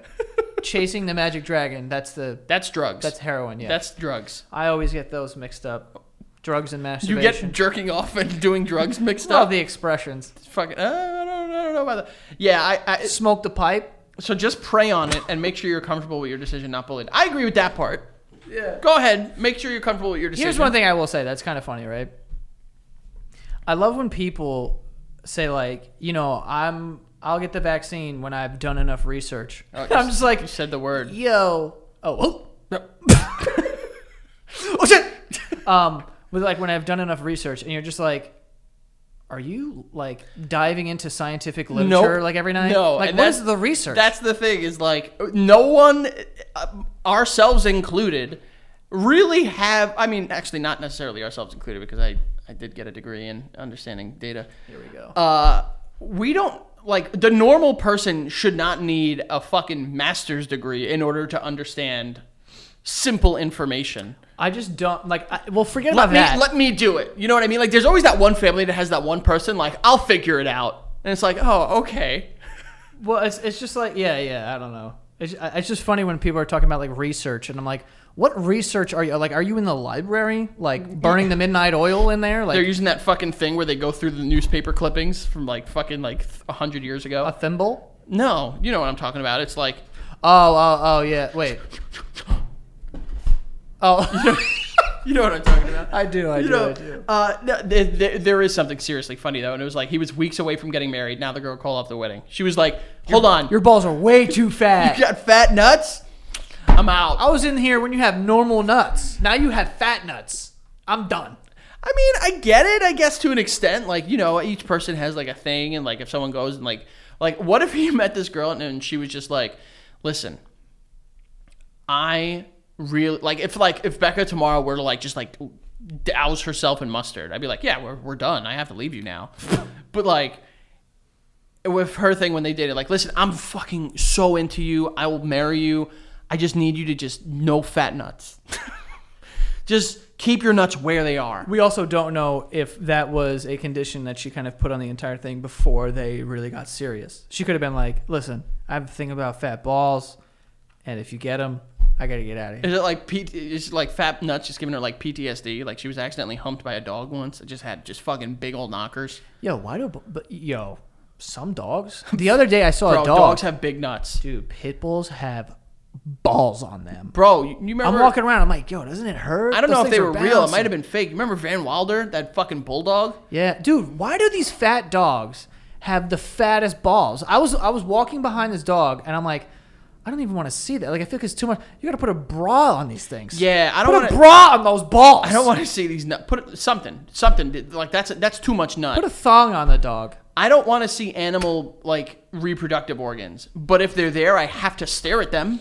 Speaker 1: Chasing the magic dragon. That's the
Speaker 2: that's drugs.
Speaker 1: that's heroin. Yeah.
Speaker 2: that's drugs.
Speaker 1: I always get those mixed up. Drugs and
Speaker 2: You
Speaker 1: masturbation.
Speaker 2: get jerking off and doing drugs mixed
Speaker 1: love
Speaker 2: up.
Speaker 1: the expressions.
Speaker 2: Fucking, uh, I, don't, I don't know about that. Yeah, I, I
Speaker 1: Smoke the pipe.
Speaker 2: So just pray on it and make sure you're comfortable with your decision, not bullied. I agree with that part.
Speaker 1: Yeah.
Speaker 2: Go ahead, make sure you're comfortable with your decision.
Speaker 1: Here's one thing I will say that's kind of funny, right? I love when people say like, you know, I'm I'll get the vaccine when I've done enough research.
Speaker 2: Oh, you
Speaker 1: I'm just like,
Speaker 2: You said the word.
Speaker 1: yo, oh,
Speaker 2: No. oh shit!
Speaker 1: oh. um, but like when I've done enough research, and you're just like, are you like diving into scientific literature like every night?
Speaker 2: No,
Speaker 1: like
Speaker 2: and
Speaker 1: what
Speaker 2: that's-
Speaker 1: is the research?
Speaker 2: That's the thing is like no one, uh, ourselves included, really have. I mean, actually, not necessarily ourselves included because I I did get a degree in understanding data.
Speaker 1: here we go.
Speaker 2: uh, we don't like the normal person should not need a fucking master's degree in order to understand simple information.
Speaker 1: I just don't like. I, well, forget
Speaker 2: Let
Speaker 1: about
Speaker 2: me
Speaker 1: that.
Speaker 2: let me do it. You know what I mean? Like there's always that one family that has that one person like I'll figure it out. And it's like, "Oh, okay."
Speaker 1: Well, it's, it's just like yeah, yeah. I don't know. It's, it's just funny when people are talking about like research, and I'm like, what research are you like? Are you in the library, like burning the midnight oil in there,
Speaker 2: They're
Speaker 1: like
Speaker 2: using that fucking thing where they go through the newspaper clippings from like fucking like th- 100 years
Speaker 1: a
Speaker 2: ago.
Speaker 1: thimble?
Speaker 2: No, you know what I'm talking about. It's like
Speaker 1: Oh, oh, oh, yeah. Wait. Oh,
Speaker 2: you know what I'm talking about.
Speaker 1: I do, I
Speaker 2: you
Speaker 1: do,
Speaker 2: know,
Speaker 1: I do.
Speaker 2: Uh, no, th- th- there is something seriously funny though, and it was like he was weeks away from getting married. Now the girl called off the wedding. She was like, "Hold on,
Speaker 1: Your balls are way too fat.
Speaker 2: you got fat nuts? I'm out."
Speaker 1: I was in here when you have normal nuts. Now you have fat nuts. I'm done.
Speaker 2: I mean, I get it, I guess to an extent. Like you know, each person has like a thing, and like if someone goes and like, like what if he met this girl and, and she was just like, "Listen, I really like if like if Becca tomorrow were to like just like douse herself in mustard, I'd be like, yeah, we're we're done. I have to leave you now. but like with her thing when they dated, like, listen, I'm fucking so into you. I will marry you. I just need you to just no fat nuts. just keep your nuts where they are.
Speaker 1: We also don't know if that was a condition that she kind of put on the entire thing before they really got serious. She could have been like, "Listen, I have a thing about fat balls, and if you get them, I gotta get out of here."
Speaker 2: Is it like P- is it like fat nuts just giving her like PTSD? Like she was accidentally humped by a dog once. It just had just fucking big old knockers.
Speaker 1: Yo, why do but yo some dogs? The other day I saw
Speaker 2: Bro,
Speaker 1: a dog.
Speaker 2: dogs have big nuts.
Speaker 1: Dude, pit bulls have balls on them.
Speaker 2: Bro, you, you remember?
Speaker 1: I'm walking around. I'm like, yo, doesn't it hurt?
Speaker 2: I don't
Speaker 1: Those
Speaker 2: know if they
Speaker 1: things are
Speaker 2: were real. It
Speaker 1: bouncing.
Speaker 2: might have been fake. You remember Van Wilder, that fucking bulldog?
Speaker 1: Yeah, dude, why do these fat dogs have the fattest balls. I was I was walking behind this dog and I'm like, I don't even want to see that. Like I feel like it's too much. You got to put a bra on these things.
Speaker 2: Yeah, I don't
Speaker 1: put
Speaker 2: wanna-
Speaker 1: a bra on those balls.
Speaker 2: I don't want to see these. Nu- put something, something like that's that's too much nut.
Speaker 1: put a thong on the dog.
Speaker 2: I don't want to see animal like reproductive organs, but if they're there, I have to stare at them.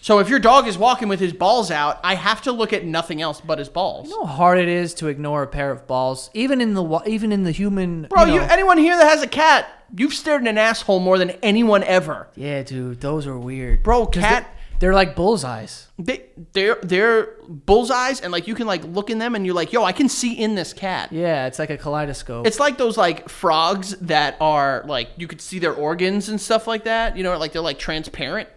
Speaker 2: So if your dog is walking with his balls out, I have to look at nothing else but his balls.
Speaker 1: You know how hard it is to ignore a pair of balls, even in the wa- even in the human.
Speaker 2: Bro, Oh, you, e-
Speaker 1: know-
Speaker 2: anyone here that has a cat, you've stared at an asshole more than anyone ever.
Speaker 1: yeah, dude, those are weird,
Speaker 2: Bro,
Speaker 1: 'Cause
Speaker 2: cat-
Speaker 1: They're, they're like bullseyes.
Speaker 2: They they're they're bullseyes and like you can like look in them and you're like, yo, I can see in this cat.
Speaker 1: Yeah, it's like a kaleidoscope.
Speaker 2: It's like those like frogs that are like you could see their organs and stuff like that. You know, like they're like transparent.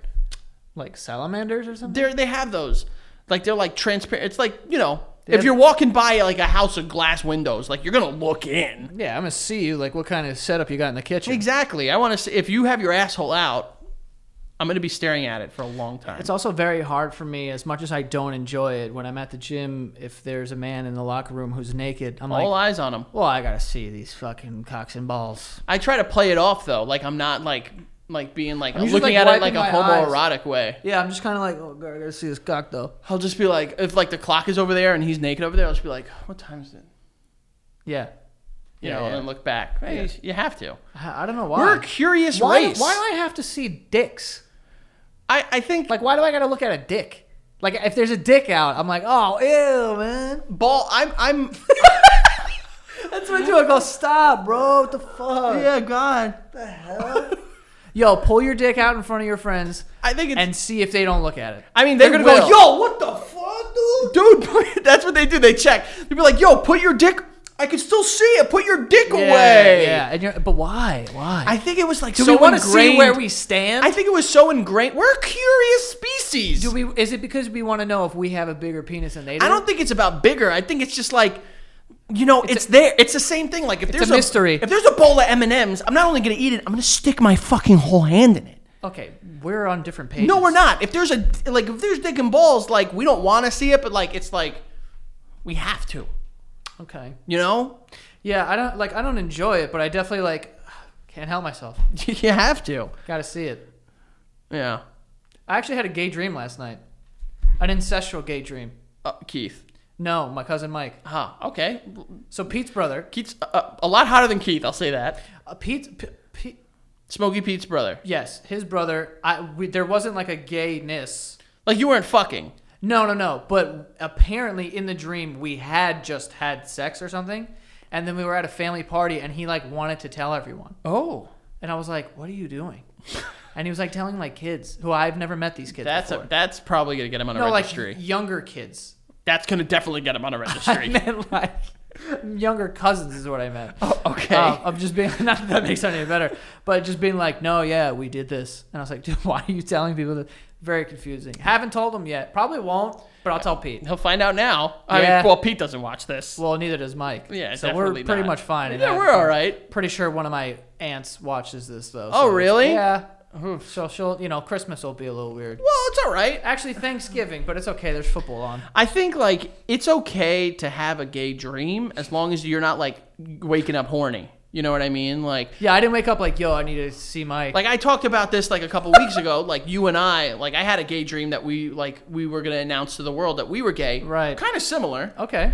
Speaker 1: like salamanders or something.
Speaker 2: They they have those. Like they're like transparent. It's like you know, if
Speaker 1: have-
Speaker 2: you're walking by like a house of glass windows, like you're gonna look in.
Speaker 1: Yeah, I'm gonna see you. Like, what kind of setup you got in the kitchen?
Speaker 2: Exactly. I want to see if you have your asshole out, I'm gonna be staring at it for a long time.
Speaker 1: It's also very hard for me, as much as I don't enjoy it, when I'm at the gym. If there's a man in the locker room who's naked, I'm
Speaker 2: all
Speaker 1: like,
Speaker 2: eyes on them.
Speaker 1: well, I gotta see these fucking cocks and balls.
Speaker 2: I try to play it off though, like I'm not like like being like
Speaker 1: usually,
Speaker 2: looking
Speaker 1: like,
Speaker 2: at it like a
Speaker 1: wiping my eyes.
Speaker 2: homoerotic way.
Speaker 1: Yeah, I'm just kind of like, oh god, I gotta see this cock though.
Speaker 2: I'll just be like, if like the clock is over there and he's naked over there, I'll just be like, what time is it?
Speaker 1: Yeah,
Speaker 2: You
Speaker 1: Yeah,
Speaker 2: know,
Speaker 1: yeah.
Speaker 2: and then look back. Right,
Speaker 1: Yeah.
Speaker 2: You have to.
Speaker 1: I I don't know why.
Speaker 2: We're a curious
Speaker 1: why,
Speaker 2: race.
Speaker 1: Why do I have to see dicks?
Speaker 2: I, I think
Speaker 1: Like, why do I gotta look at a dick? Like, if there's a dick out, I'm like, oh, ew, man.
Speaker 2: ball. I'm I'm.
Speaker 1: That's what I do. I go, stop, bro. What the fuck?
Speaker 2: God.
Speaker 1: Yo, pull your dick out in front of your friends
Speaker 2: I think it's.
Speaker 1: and see if they don't look at it.
Speaker 2: I mean, they're
Speaker 1: They
Speaker 2: gonna
Speaker 1: will.
Speaker 2: go, yo, what the fuck, dude? Dude, that's what they do. They check. They'd be like, yo, put your dick. I can still see it. Put your dick
Speaker 1: Yeah,
Speaker 2: away.
Speaker 1: Yeah, and you're, but why? Why?
Speaker 2: I think it was like
Speaker 1: do
Speaker 2: so
Speaker 1: we want to see
Speaker 2: ingrained.
Speaker 1: where we stand?
Speaker 2: I think it was so ingrained. We're a curious species.
Speaker 1: do we? Is it because we want to know if we have a bigger penis than they do?
Speaker 2: I don't think it's about bigger. I think it's just like, you know, it's, there. It's the same thing. Like if there's
Speaker 1: a mystery.
Speaker 2: if there's a bowl of M and M's, I'm not only gonna eat it. I'm gonna stick my fucking whole hand in it.
Speaker 1: Okay, we're on different pages.
Speaker 2: No, we're not. If there's a like, if there's dick and balls, like we don't want to see it, but like it's like we have to.
Speaker 1: Okay.
Speaker 2: You know,
Speaker 1: Yeah, I don't like. I don't enjoy it, but I definitely like. Can't help myself.
Speaker 2: you have to.
Speaker 1: Got to see it.
Speaker 2: Yeah,
Speaker 1: I actually had a gay dream last night. An ancestral gay dream.
Speaker 2: uh, Keith.
Speaker 1: No, my cousin Mike.
Speaker 2: Huh. Okay.
Speaker 1: So Pete's brother,
Speaker 2: Keith's uh, a lot hotter than Keith. I'll say that.
Speaker 1: uh, Pete, P- Pete,
Speaker 2: Smokey Pete's brother.
Speaker 1: yes, his brother. I we, there wasn't like a gayness.
Speaker 2: Like you weren't fucking.
Speaker 1: No, no, no. But apparently, in the dream, we had just had sex or something, and then we were at a family party, and he like wanted to tell everyone,
Speaker 2: Oh,
Speaker 1: and I was like, "What are you doing?" and he was like telling like kids who I've never met these kids.
Speaker 2: that's
Speaker 1: before.
Speaker 2: a, that's probably gonna get him on a
Speaker 1: no,
Speaker 2: registry.
Speaker 1: like younger kids.
Speaker 2: that's gonna definitely get him on a
Speaker 1: I
Speaker 2: registry.
Speaker 1: meant like younger cousins is what I meant.
Speaker 2: okay.
Speaker 1: Uh, of just being not that that makes it any better, but just being like, no, yeah, we did this, and I was like, dude, why are you telling people that? Very confusing. Haven't told them yet. Probably won't, but I'll tell Pete.
Speaker 2: He'll find out now. I
Speaker 1: Yeah.
Speaker 2: mean, well, Pete doesn't watch this.
Speaker 1: Well, neither does Mike.
Speaker 2: Yeah,
Speaker 1: so we're
Speaker 2: definitely
Speaker 1: pretty
Speaker 2: not.
Speaker 1: much fine. in
Speaker 2: yeah,
Speaker 1: that.
Speaker 2: we're all right.
Speaker 1: Pretty sure one of my aunts watches this though.
Speaker 2: Oh,
Speaker 1: so-
Speaker 2: really?
Speaker 1: Yeah. So she'll, you know, Christmas will be a little weird.
Speaker 2: Well, it's all right.
Speaker 1: Actually, Thanksgiving, but it's okay. There's football on.
Speaker 2: I think like it's okay to have a gay dream as long as you're not like waking up horny. You know what I mean? Like
Speaker 1: Yeah, I didn't wake up like, yo, I need to see Mike.
Speaker 2: like I talked about this like a couple weeks ago. Like you and I, like I had a gay dream that we like we were gonna announce to the world that we were gay.
Speaker 1: Right.
Speaker 2: Kind of similar.
Speaker 1: okay.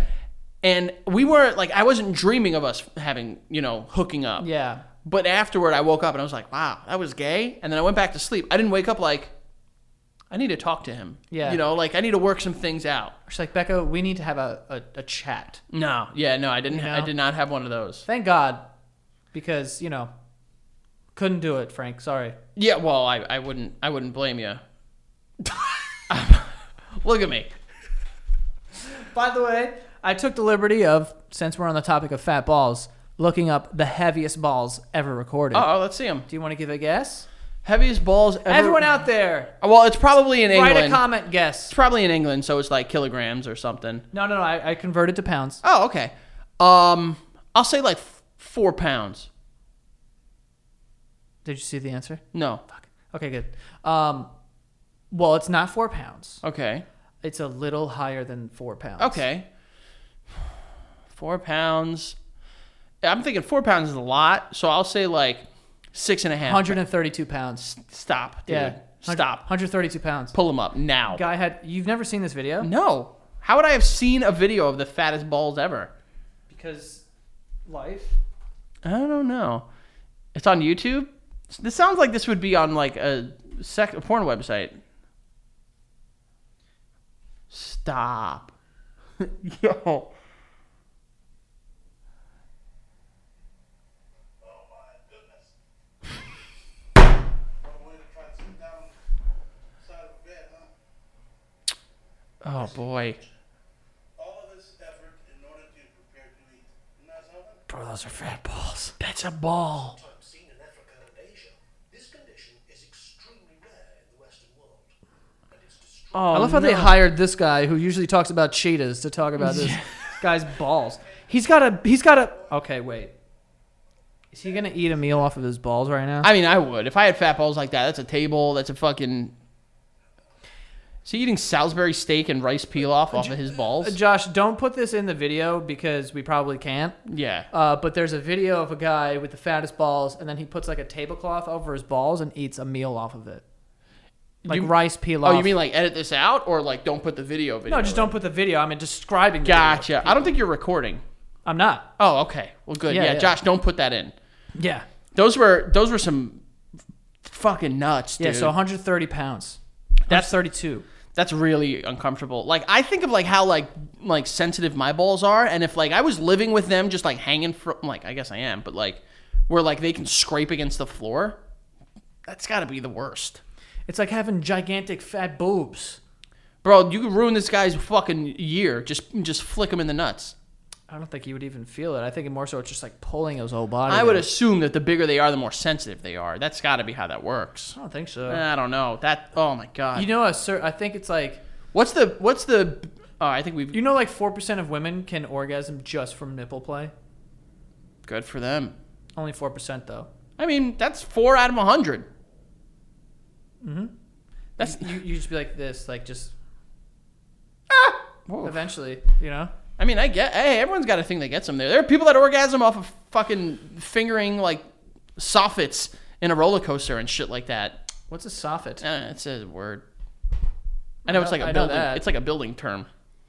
Speaker 2: And we weren't like I wasn't dreaming of us having you know hooking up.
Speaker 1: Yeah.
Speaker 2: But afterward, I woke up and I was like, wow, that was gay. And then I went back to sleep. I didn't wake up like, I need to talk to him.
Speaker 1: Yeah.
Speaker 2: You know, like I need to work some things out.
Speaker 1: She's like, Becca, we need to have a, a, a chat.
Speaker 2: No. Yeah, no, I didn't.
Speaker 1: You know?
Speaker 2: I did not have one of those.
Speaker 1: Thank God, because you know, couldn't do it, Frank. Sorry.
Speaker 2: Yeah, well, I, I wouldn't, I wouldn't blame you. Look at me.
Speaker 1: By the way, I took the liberty of, since we're on the topic of fat balls, looking up the heaviest balls ever recorded.
Speaker 2: Oh, let's see him.
Speaker 1: Do you want to give a guess?
Speaker 2: Heaviest balls ever.
Speaker 1: Everyone out there,
Speaker 2: Well, it's probably in
Speaker 1: write a
Speaker 2: England.
Speaker 1: comment guess.
Speaker 2: it's probably in England, so it's like kilograms or something.
Speaker 1: No, no, no. I, I converted to pounds.
Speaker 2: Oh, okay. Um, I'll say like f- four pounds.
Speaker 1: Did you see the answer?
Speaker 2: No.
Speaker 1: Fuck. Okay, good. Um, well, it's not four pounds.
Speaker 2: Okay.
Speaker 1: It's a little higher than four pounds.
Speaker 2: Okay. Four pounds. I'm thinking four pounds is a lot, so I'll say like six and a half.
Speaker 1: 132 pounds.
Speaker 2: Stop, dude.
Speaker 1: Yeah.
Speaker 2: Stop.
Speaker 1: 132 pounds.
Speaker 2: Pull Mm. them up now.
Speaker 1: Guy had. You've never seen this video?
Speaker 2: No. How would I have seen a video of the fattest balls ever?
Speaker 1: Because life.
Speaker 2: I don't know. It's on YouTube. This sounds like this would be on like a sex a porn website. Stop. Yo.
Speaker 3: Oh my goodness. What a way to try to sit down on the side of a bed, huh?
Speaker 2: Oh boy.
Speaker 3: All of this effort in order to prepare to eat. You know something?
Speaker 2: Oh,
Speaker 1: Bro, those are fat balls.
Speaker 2: That's a ball.
Speaker 3: Type seen in Africa and Asia. This condition is extremely rare in the Western world. And it's destroyed.
Speaker 2: Oh,
Speaker 1: I love how
Speaker 2: no.
Speaker 1: they hired this guy who usually talks about cheetahs to talk about this guy's balls. He's got a. He's got a. Okay, wait. Is he gonna eat a meal off of his balls right now?
Speaker 2: I mean, I would. If I had fat balls like that, that's a table. That's a fucking. Is he eating Salisbury steak and rice peel off off of his
Speaker 1: Uh,
Speaker 2: balls?
Speaker 1: Josh, don't put this in the video because we probably can't.
Speaker 2: Yeah.
Speaker 1: Uh, but there's a video of a guy with the fattest balls, and then he puts like a tablecloth over his balls and eats a meal off of it, like
Speaker 2: You-
Speaker 1: rice peel.
Speaker 2: Oh,
Speaker 1: off.
Speaker 2: you mean like edit this out or like don't put the video? video
Speaker 1: no? Just
Speaker 2: in?
Speaker 1: don't put the video. I'm describing. the video.
Speaker 2: Gotcha. I don't think you're recording.
Speaker 1: I'm not.
Speaker 2: Oh, okay. Well, good.
Speaker 1: Yeah,
Speaker 2: Yeah,
Speaker 1: yeah.
Speaker 2: Josh, don't put that in.
Speaker 1: Yeah.
Speaker 2: Those were those were some f- fucking nuts, dude.
Speaker 1: Yeah. So 130 pounds. That's 32.
Speaker 2: that's really uncomfortable. Like I think of like how like like sensitive my balls are, and if like I was living with them, just like hanging from like I guess I am, but like where like they can scrape against the floor, that's got to be the worst,
Speaker 1: It's like having gigantic fat boobs.
Speaker 2: bro. You could ruin this guy's fucking year. Just just flick him in the nuts.
Speaker 1: I don't think you would even feel it. I think more so it's just like pulling his whole body.
Speaker 2: I would
Speaker 1: out.
Speaker 2: assume that the bigger they are, the more sensitive they are. That's got to be how that works.
Speaker 1: I don't think so.
Speaker 2: I don't know. That oh my god.
Speaker 1: you know, a cer- I think it's like
Speaker 2: What's the what's the? Oh, I think we've
Speaker 1: you know, like four percent of women can orgasm just from nipple play.
Speaker 2: good for them.
Speaker 1: Only four percent though.
Speaker 2: I mean, that's four out of a hundred.
Speaker 1: Mm-hmm. That's you, you just be like this, like just
Speaker 2: Whoa.
Speaker 1: eventually, you know.
Speaker 2: I mean, I get. Hey, everyone's got a thing that gets them there. There are people that orgasm off of fucking fingering like soffits in a roller coaster and shit like that.
Speaker 1: What's a soffit?
Speaker 2: Uh, it's a word. I know it's
Speaker 1: know-
Speaker 2: like a
Speaker 1: I know
Speaker 2: building.
Speaker 1: that.
Speaker 2: It's like a building term.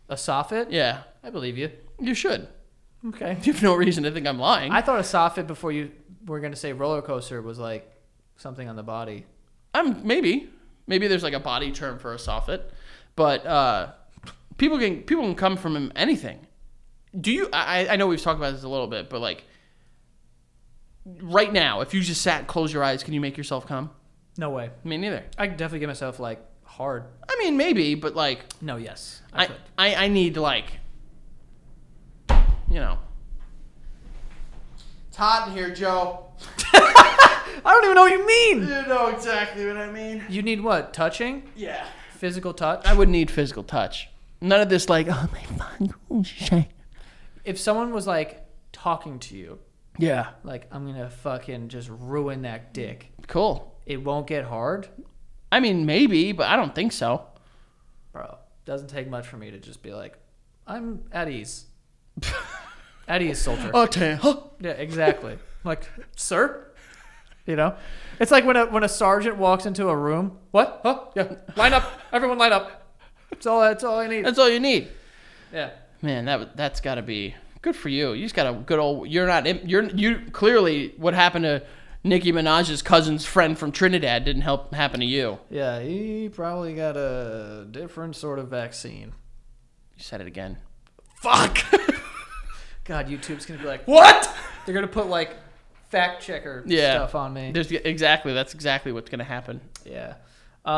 Speaker 1: A soffit?
Speaker 2: Yeah,
Speaker 1: I believe you.
Speaker 2: you should.
Speaker 1: Okay.
Speaker 2: You have no reason to think I'm lying.
Speaker 1: I thought a soffit before you were gonna say roller coaster was like something on the body.
Speaker 2: I'm maybe maybe there's like a body term for a soffit, but uh, people can people can come from anything. Do you? I, I know we've talked about this a little bit, but like right now, if you just sat, close your eyes, can you make yourself come?
Speaker 1: No way.
Speaker 2: Me neither.
Speaker 1: I could definitely give myself like hard.
Speaker 2: I mean, maybe, but like
Speaker 1: No, yes. I,
Speaker 2: I
Speaker 1: could.
Speaker 2: I, I need like you know. It's hot in here, Joe.
Speaker 1: I don't even know what you mean.
Speaker 2: You know exactly what I mean.
Speaker 1: You need what? Touching?
Speaker 2: Yeah.
Speaker 1: Physical touch?
Speaker 2: I would need physical touch. None of this like oh my fucking shit.
Speaker 1: if someone was like talking to you,
Speaker 2: Yeah.
Speaker 1: like I'm gonna fucking just ruin that dick.
Speaker 2: Cool.
Speaker 1: It won't get hard,
Speaker 2: I mean, maybe, but I don't think so.
Speaker 1: bro. Doesn't take much for me to just be like, I'm at ease. at ease, soldier.
Speaker 2: Okay. Huh.
Speaker 1: Yeah, exactly. like, sir. You know, it's like when a when a sergeant walks into a room. What? Huh? Yeah. Line up. Everyone, line up. That's all. That's all I need.
Speaker 2: That's all you need.
Speaker 1: Yeah.
Speaker 2: Man, that would- that's got to be good for you. You just got a good old. You're not. im- You're you clearly what happened to Nicki Minaj's cousin's friend from Trinidad didn't help happen to you.
Speaker 1: Yeah. He probably got a different sort of vaccine.
Speaker 2: You said it again.
Speaker 1: Fuck. God, YouTube's gonna be like,
Speaker 2: What?
Speaker 1: They're gonna put like fact checker
Speaker 2: Yeah.
Speaker 1: stuff on me.
Speaker 2: There's exactly. That's exactly what's gonna happen.
Speaker 1: yeah. Uh,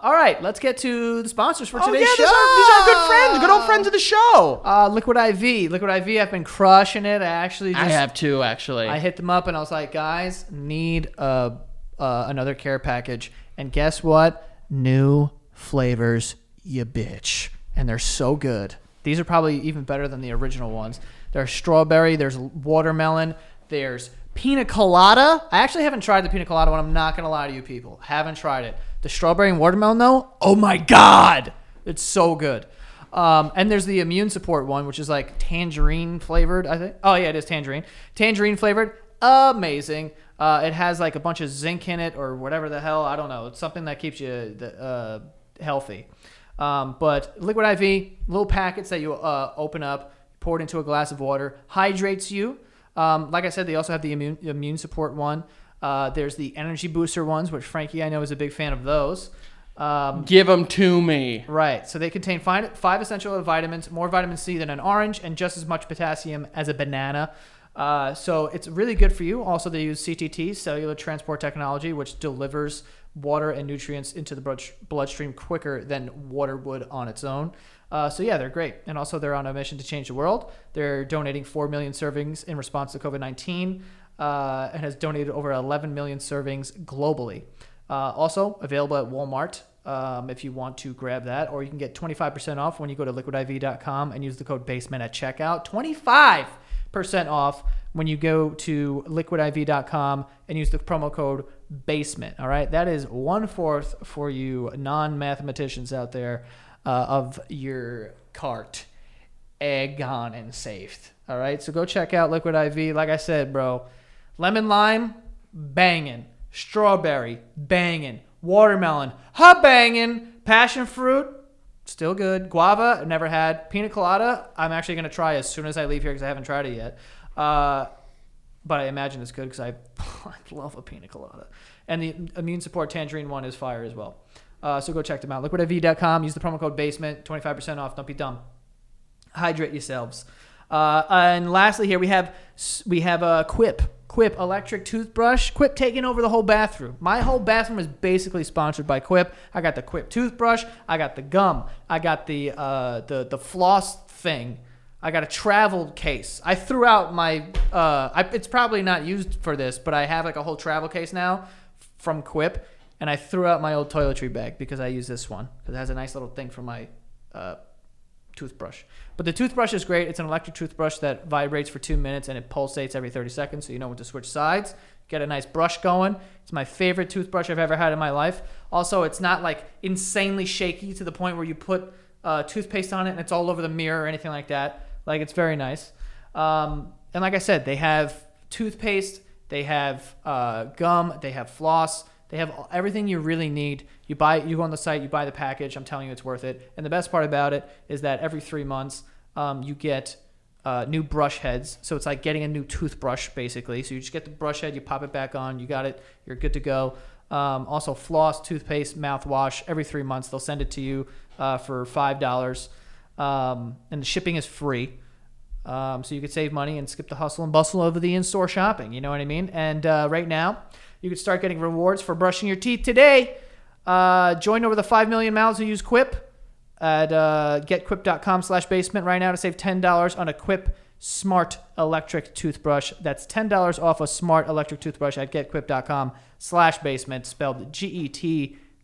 Speaker 1: all right, let's get to the sponsors for today's show.
Speaker 2: Oh, these are, these are good friends, good old friends of the show.
Speaker 1: Uh, Liquid IV, Liquid IV. I've been crushing it. I actually just
Speaker 2: I have two actually.
Speaker 1: I hit them up and I was like, guys, need a uh, another care package. And guess what? New flavors, you bitch. And they're so good. These are probably even better than the original ones. There's strawberry, there's watermelon, there's pina colada. I actually haven't tried the pina colada one. I'm not going to lie to you people. Haven't tried it. The strawberry and watermelon, though, oh my God. It's so good. Um, and there's the immune support one, which is like tangerine flavored. I think. Oh yeah, it is tangerine. Tangerine flavored. Amazing. Uh, it has like a bunch of zinc in it or whatever the hell. I don't know. It's something that keeps you uh, healthy. Um, but Liquid IV, little packets that you uh, open up, pour it into a glass of water, hydrates you. Um, like I said, they also have the immune, immune support one. Uh, there's the energy booster ones, which Frankie I know is a big fan of those. Um,
Speaker 2: Give them to me.
Speaker 1: Right. So they contain five, five essential vitamins, more vitamin C than an orange, and just as much potassium as a banana. Uh, so it's really good for you. Also, they use CTT, cellular transport technology, which delivers water and nutrients into the blood- bloodstream quicker than water would on its own. Uh, so yeah, they're great, and also they're on a mission to change the world. They're donating four million servings in response to COVID nineteen, uh, and has donated over eleven million servings globally. Uh, also available at Walmart um, if you want to grab that, or you can get 25% off when you go to liquidiv.com and use the code basement at checkout. 25% off when you go to liquidiv.com and use the promo code basement. All right, that is one fourth for you non mathematicians out there uh, of your cart. Egg on and saved. All right, so go check out Liquid IV. Like I said, bro, lemon lime, banging. Strawberry, banging. Watermelon, ha banging. Passion fruit, still good. Guava, I've never had. Pina colada, I'm actually gonna try as soon as I leave here because I haven't tried it yet. Uh, but I imagine it's good because I, I love a pina colada. And the immune support tangerine one is fire as well. Uh, so go check them out. Liquidiv.com. Use the promo code basement. 25% off. Don't be dumb hydrate yourselves. Uh, and lastly, here we have we have a Quip Quip electric toothbrush. Quip taking over the whole bathroom. My whole bathroom is basically sponsored by Quip. I got the Quip toothbrush. I got the gum. I got the uh, the the floss thing. I got a travel case. I threw out my. Uh, I, it's probably not used for this, but I have like a whole travel case now from Quip, and I threw out my old toiletry bag because I use this one because it has a nice little thing for my. Uh, toothbrush. But the toothbrush is great. It's an electric toothbrush that vibrates for two minutes and it pulsates every 30 seconds, so you know when to switch sides. Get a nice brush going. It's my favorite toothbrush I've ever had in my life. Also, it's not like insanely shaky to the point where you put uh, toothpaste on it and it's all over the mirror or anything like that. Like, it's very nice. Um, and like I said, they have toothpaste, they have uh, gum, they have floss. They have all- everything you really need. You buy, you go on the site, you buy the package. I'm telling you, it's worth it. And the best part about it is that every three months, um, you get uh, new brush heads. So it's like getting a new toothbrush, basically. So you just get the brush head, you pop it back on, you got it, you're good to go. Um, also, floss, toothpaste, mouthwash. Every three months, they'll send it to you uh, for five dollars, um, and the shipping is free. Um, so you could save money and skip the hustle and bustle of the in-store shopping. You know what I mean? And uh, right now, you could start getting rewards for brushing your teeth today. Uh, join over the five million mouths who use Quip at uh, getquip.com/basement right now to save ten dollars on a Quip Smart Electric Toothbrush. That's ten dollars off a Smart Electric Toothbrush at getquip.com/basement, spelled E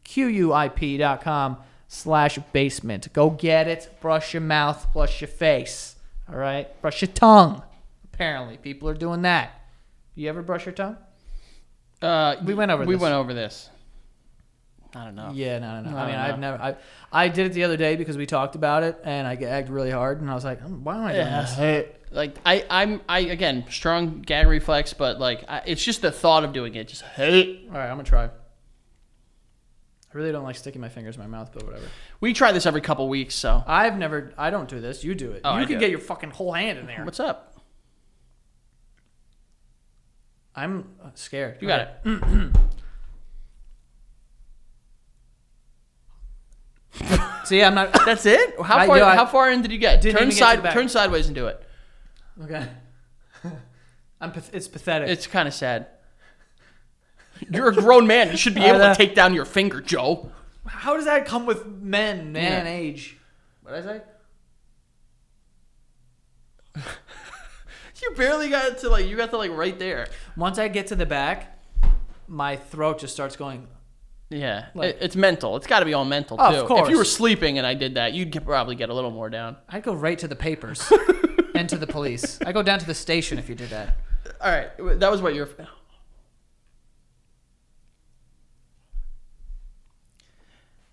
Speaker 1: G-E-T-Q-U-I-P dot com slash basement. Go get it. Brush your mouth. Brush your face. All right. Brush your tongue. Apparently, people are doing that. You ever brush your tongue?
Speaker 2: Uh,
Speaker 1: We went over
Speaker 2: We
Speaker 1: this.
Speaker 2: went over this. Not enough.
Speaker 1: Yeah, no, no, no.
Speaker 2: No,
Speaker 1: I mean,
Speaker 2: no,
Speaker 1: I've
Speaker 2: no.
Speaker 1: never. I, I did it the other day because we talked about it, and I gagged really hard, and I was like, "Mm, "Why am I doing this?"
Speaker 2: Like I, I'm, I again strong gag reflex, but like I, it's just the thought of doing it. Just hate.
Speaker 1: All right, I'm gonna try. I really don't like sticking my fingers in my mouth, but whatever.
Speaker 2: We try this every couple weeks, so
Speaker 1: I've never. I don't do this. You do it.
Speaker 2: Oh,
Speaker 1: you
Speaker 2: I
Speaker 1: can
Speaker 2: do
Speaker 1: get
Speaker 2: it.
Speaker 1: your fucking whole hand in there.
Speaker 2: what's up?
Speaker 1: I'm scared.
Speaker 2: You got
Speaker 1: Mm.
Speaker 2: it.
Speaker 1: it. See, I'm not.
Speaker 2: That's it. How
Speaker 1: Right,
Speaker 2: far?
Speaker 1: yo, I-
Speaker 2: how far in did you get?
Speaker 1: Didn't even
Speaker 2: Turn
Speaker 1: get to
Speaker 2: side.
Speaker 1: the back.
Speaker 2: Turn sideways and do it.
Speaker 1: okay. I'm. path- It's pathetic.
Speaker 2: It's kind of sad. You're a grown man. You should be
Speaker 1: I
Speaker 2: able
Speaker 1: know.
Speaker 2: to take down your finger, Joe.
Speaker 1: How does that come with men, man,
Speaker 2: Yeah.
Speaker 1: age? What did I say?
Speaker 2: You barely got to like. You got to like right there.
Speaker 1: Once I get to the back, my throat just starts going.
Speaker 2: Yeah,
Speaker 1: Like-
Speaker 2: it, it's mental. It's got to be all mental
Speaker 1: Of
Speaker 2: too. If
Speaker 1: course.
Speaker 2: you were sleeping and I did that, you'd get- probably get a little more down.
Speaker 1: I'd go right to the papers and to the police. I go down to the station if you did that.
Speaker 2: All right, w- that was what you're.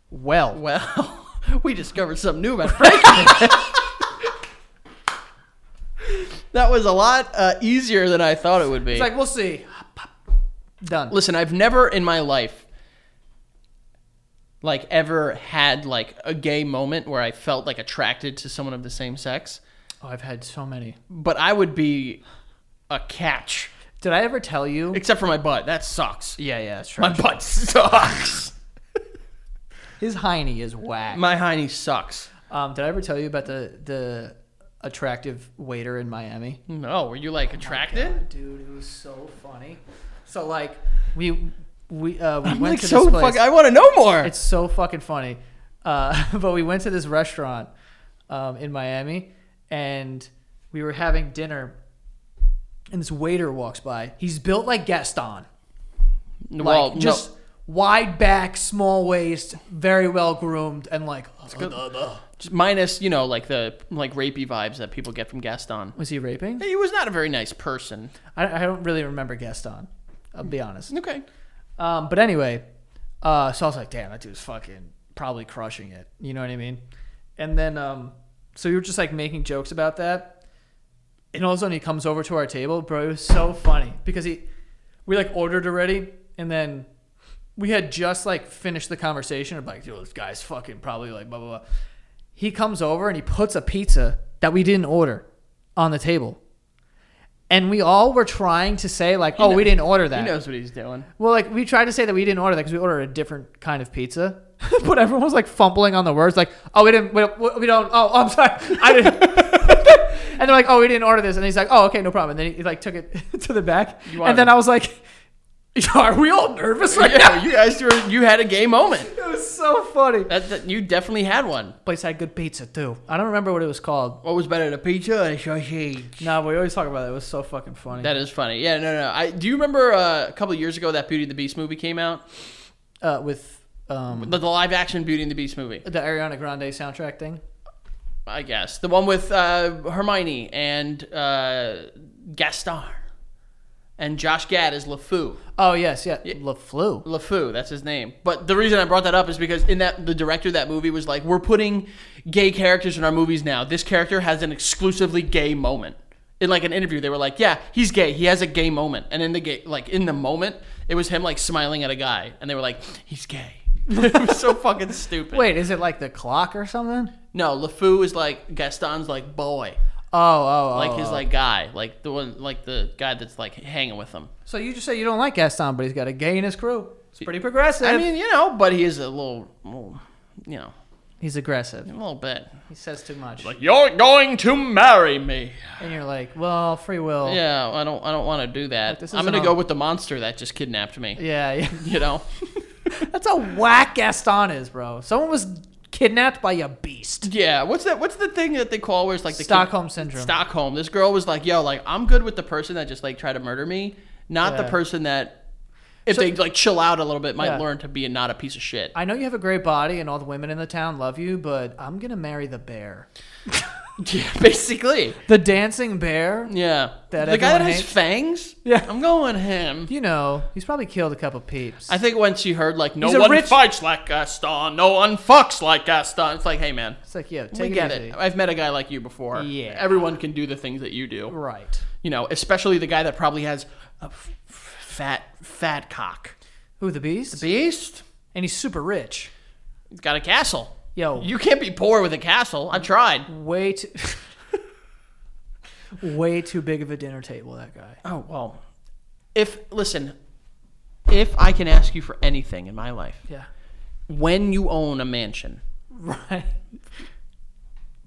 Speaker 1: Well,
Speaker 2: Well, we discovered something new about Frankie. that was a lot uh, easier than I thought it would be.
Speaker 1: It's like we'll see. Done.
Speaker 2: Listen, I've never in my life like ever had like a gay moment where I felt like attracted to someone of the same sex,
Speaker 1: Oh, I've had so many.
Speaker 2: but I would be a catch.
Speaker 1: Did I ever tell you?
Speaker 2: Except for my butt. That sucks.
Speaker 1: Yeah, yeah, that's
Speaker 2: My
Speaker 1: right.
Speaker 2: butt sucks.
Speaker 1: His hiney is whack.
Speaker 2: my hiney sucks.
Speaker 1: um, did I ever tell you about the the attractive waiter in Miami?
Speaker 2: No, were you like attracted?
Speaker 1: Dude, it was so funny. So like we we uh, we
Speaker 2: I'm
Speaker 1: went
Speaker 2: like
Speaker 1: to
Speaker 2: so
Speaker 1: this place.
Speaker 2: fuck. I want to know more.
Speaker 1: It's so fucking funny. Uh, but we went to this restaurant um, in Miami, and we were having dinner, and this waiter walks by. He's built like Gaston, like
Speaker 2: well, no.
Speaker 1: just wide back, small waist, very well groomed, and like.
Speaker 2: Just minus you know like the like rapey vibes that people get from Gaston.
Speaker 1: Was he raping?
Speaker 2: He was not a very nice person.
Speaker 1: I, I don't really remember Gaston. I'll be honest.
Speaker 2: Okay.
Speaker 1: Um, but anyway, uh, so I was like, damn, that dude's fucking probably crushing it. You know what I mean? And then, um, so we were just like making jokes about that. And all of a sudden he comes over to our table, bro. It was so funny because he, we like ordered already. And then we had just like finished the conversation. of like, dude, this guy's fucking probably like blah, blah, blah. He comes over and he puts a pizza that we didn't order on the table. And we all were trying to say like, oh, we didn't order that.
Speaker 2: He knows what he's doing.
Speaker 1: Well, like we tried to say that we didn't order that because we ordered a different kind of pizza, but everyone was like fumbling on the words, like, "Oh, we didn't, we don't, we don't oh, I'm sorry, I didn't." and they're like, "Oh, we didn't order this," and he's like, "Oh, okay, no problem." And then he like took it to the back,
Speaker 2: You
Speaker 1: and then
Speaker 2: are-
Speaker 1: I was like, "Are we all nervous right
Speaker 2: Yeah, you guys were you had a gay moment.
Speaker 1: now?" It was so funny.
Speaker 2: That, that you definitely had one.
Speaker 1: Place had good pizza too. I don't remember what it was called.
Speaker 2: What was better, the pizza or the sausage?
Speaker 1: No, but we always talk about it. It was so fucking funny.
Speaker 2: That is funny. Yeah, no, no. I do you remember uh, a couple of years ago that Beauty and the Beast movie came out,
Speaker 1: uh, with um,
Speaker 2: the, the live action Beauty and the Beast movie.
Speaker 1: the Ariana Grande soundtrack thing.
Speaker 2: I guess the one with uh, Hermione and uh, Gaston and Josh Gad is LeFou.
Speaker 1: Oh yes, yeah, LaFleur.
Speaker 2: LeFou, that's his name. But the reason I brought that up is because in that the director of that movie was like, we're putting gay characters in our movies now. This character has an exclusively gay moment. In like an interview, they were like, yeah, he's gay. He has a gay moment. And in the gay, like in the moment, it was him like smiling at a guy, and they were like, he's gay. it was so fucking stupid.
Speaker 1: Wait, is it like the clock or something?
Speaker 2: No, LeFou is like Gaston's like boy,
Speaker 1: Oh, oh, oh.
Speaker 2: like his
Speaker 1: oh.
Speaker 2: like guy, like the one, like the guy that's like hanging with him.
Speaker 1: So you just say you don't like Gaston, but he's got a gay in his crew. It's pretty progressive.
Speaker 2: I mean, you know, but he is a little, little you know,
Speaker 1: he's aggressive.
Speaker 2: a little bit.
Speaker 1: He says too much,
Speaker 2: You're going to marry me.
Speaker 1: and you're like, "Well, free will."
Speaker 2: Yeah, I don't. I don't want to do that.
Speaker 1: this
Speaker 2: I'm
Speaker 1: isn't
Speaker 2: gonna
Speaker 1: a-
Speaker 2: go with the monster that just kidnapped me.
Speaker 1: yeah, yeah.
Speaker 2: You know,
Speaker 1: That's how whack Gaston is, bro. Someone was kidnapped by a beast.
Speaker 2: yeah. What's that? What's the thing that they call where it's like the kid-
Speaker 1: Stockholm syndrome.
Speaker 2: Stockholm. This girl was like, "Yo, like I'm good with the person that just like tried to murder me, not the
Speaker 1: Yeah.
Speaker 2: person that." If
Speaker 1: So-
Speaker 2: they like chill out a little bit, might
Speaker 1: Yeah.
Speaker 2: learn to be a, not a piece of shit.
Speaker 1: I know you have a great body, and all the women in the town love you, but I'm gonna marry the bear,
Speaker 2: yeah, basically.
Speaker 1: the dancing bear.
Speaker 2: Yeah,
Speaker 1: That
Speaker 2: the guy
Speaker 1: everyone
Speaker 2: that has
Speaker 1: hates?
Speaker 2: fangs.
Speaker 1: Yeah.
Speaker 2: I'm going him.
Speaker 1: You know, he's probably killed a couple peeps.
Speaker 2: I think when she heard like no
Speaker 1: He's a
Speaker 2: one
Speaker 1: rich-
Speaker 2: fights like Gaston, no one fucks like Gaston. It's like, hey man,
Speaker 1: it's like, yo,
Speaker 2: we
Speaker 1: take
Speaker 2: get
Speaker 1: it easy.
Speaker 2: it. I've met a guy like you before.
Speaker 1: Yeah.
Speaker 2: everyone can do the things that you do.
Speaker 1: Right.
Speaker 2: You know, especially the guy that probably has a f- f- fat fat cock.
Speaker 1: Who the beast?
Speaker 2: Beast.
Speaker 1: and he's super rich.
Speaker 2: He's got a castle.
Speaker 1: Yo,
Speaker 2: You can't be poor with a castle. I tried.
Speaker 1: way too way too big of a dinner table that guy
Speaker 2: Oh well. If listen, if I can ask you for anything in my life,
Speaker 1: yeah
Speaker 2: when you own a mansion.
Speaker 1: right